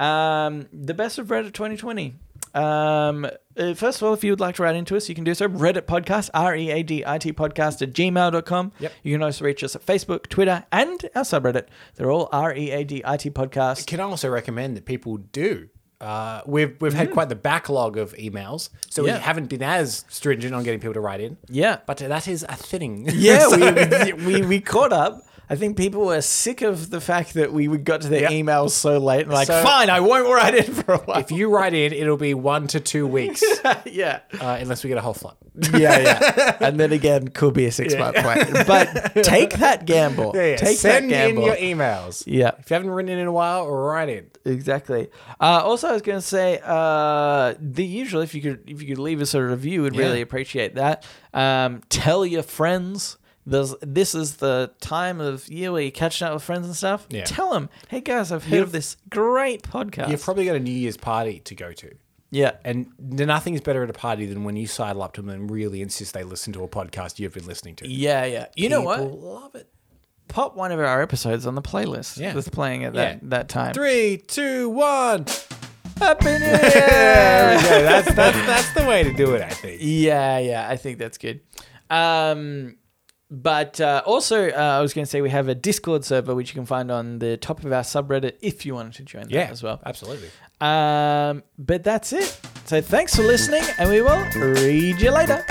Um, the best of Reddit 2020. Um, uh, first of all, if you would like to write into us, you can do so. Reddit podcast, R E A D I T podcast at gmail.com. Yep. You can also reach us at Facebook, Twitter, and our subreddit. They're all R E A D I T podcast. Can I also recommend that people do? Uh, we've we've had quite the backlog of emails, so Mm. Yeah. we haven't been as stringent on getting people to write in. Yeah. But that is a thing. [LAUGHS] [LAUGHS] Yeah, we, we, we caught up. I think people were sick of the fact that we got to their Yeah. emails so late and like, So- fine, I won't write in for a while. if you write in, it'll be one to two weeks, uh, [LAUGHS] yeah. unless we get a whole flood. Yeah, yeah. and then again, could be a six month plan. But take that gamble. Take Send that in gamble. your emails. yeah, If you haven't written in in a while, write in. exactly. Uh, also, I was going to say uh, the usual. If you could, if you could leave us a review, we'd really appreciate that. Um, tell your friends. There's, this is the time of year where you're catching up with friends and stuff. Yeah. Tell them, hey guys, I've heard of this great podcast. You've probably got a New Year's party to go to. yeah, And nothing's better at a party than when you sidle up to them and really insist they listen to a podcast you've been listening to. yeah, yeah. You know People what? love it. Pop one of our episodes on the playlist Yeah. that's playing at that, Yeah. that time. Three, two, one. Up [LAUGHS] in here. Yeah, [LAUGHS] that's, that's, that's the way to do it, I think. Yeah, yeah, I think that's good. Um, but uh, also, uh, I was going to say we have a Discord server which you can find on the top of our subreddit if you wanted to join Yeah, that as well. Absolutely. Um, but that's it. So thanks for listening, and we will read you later.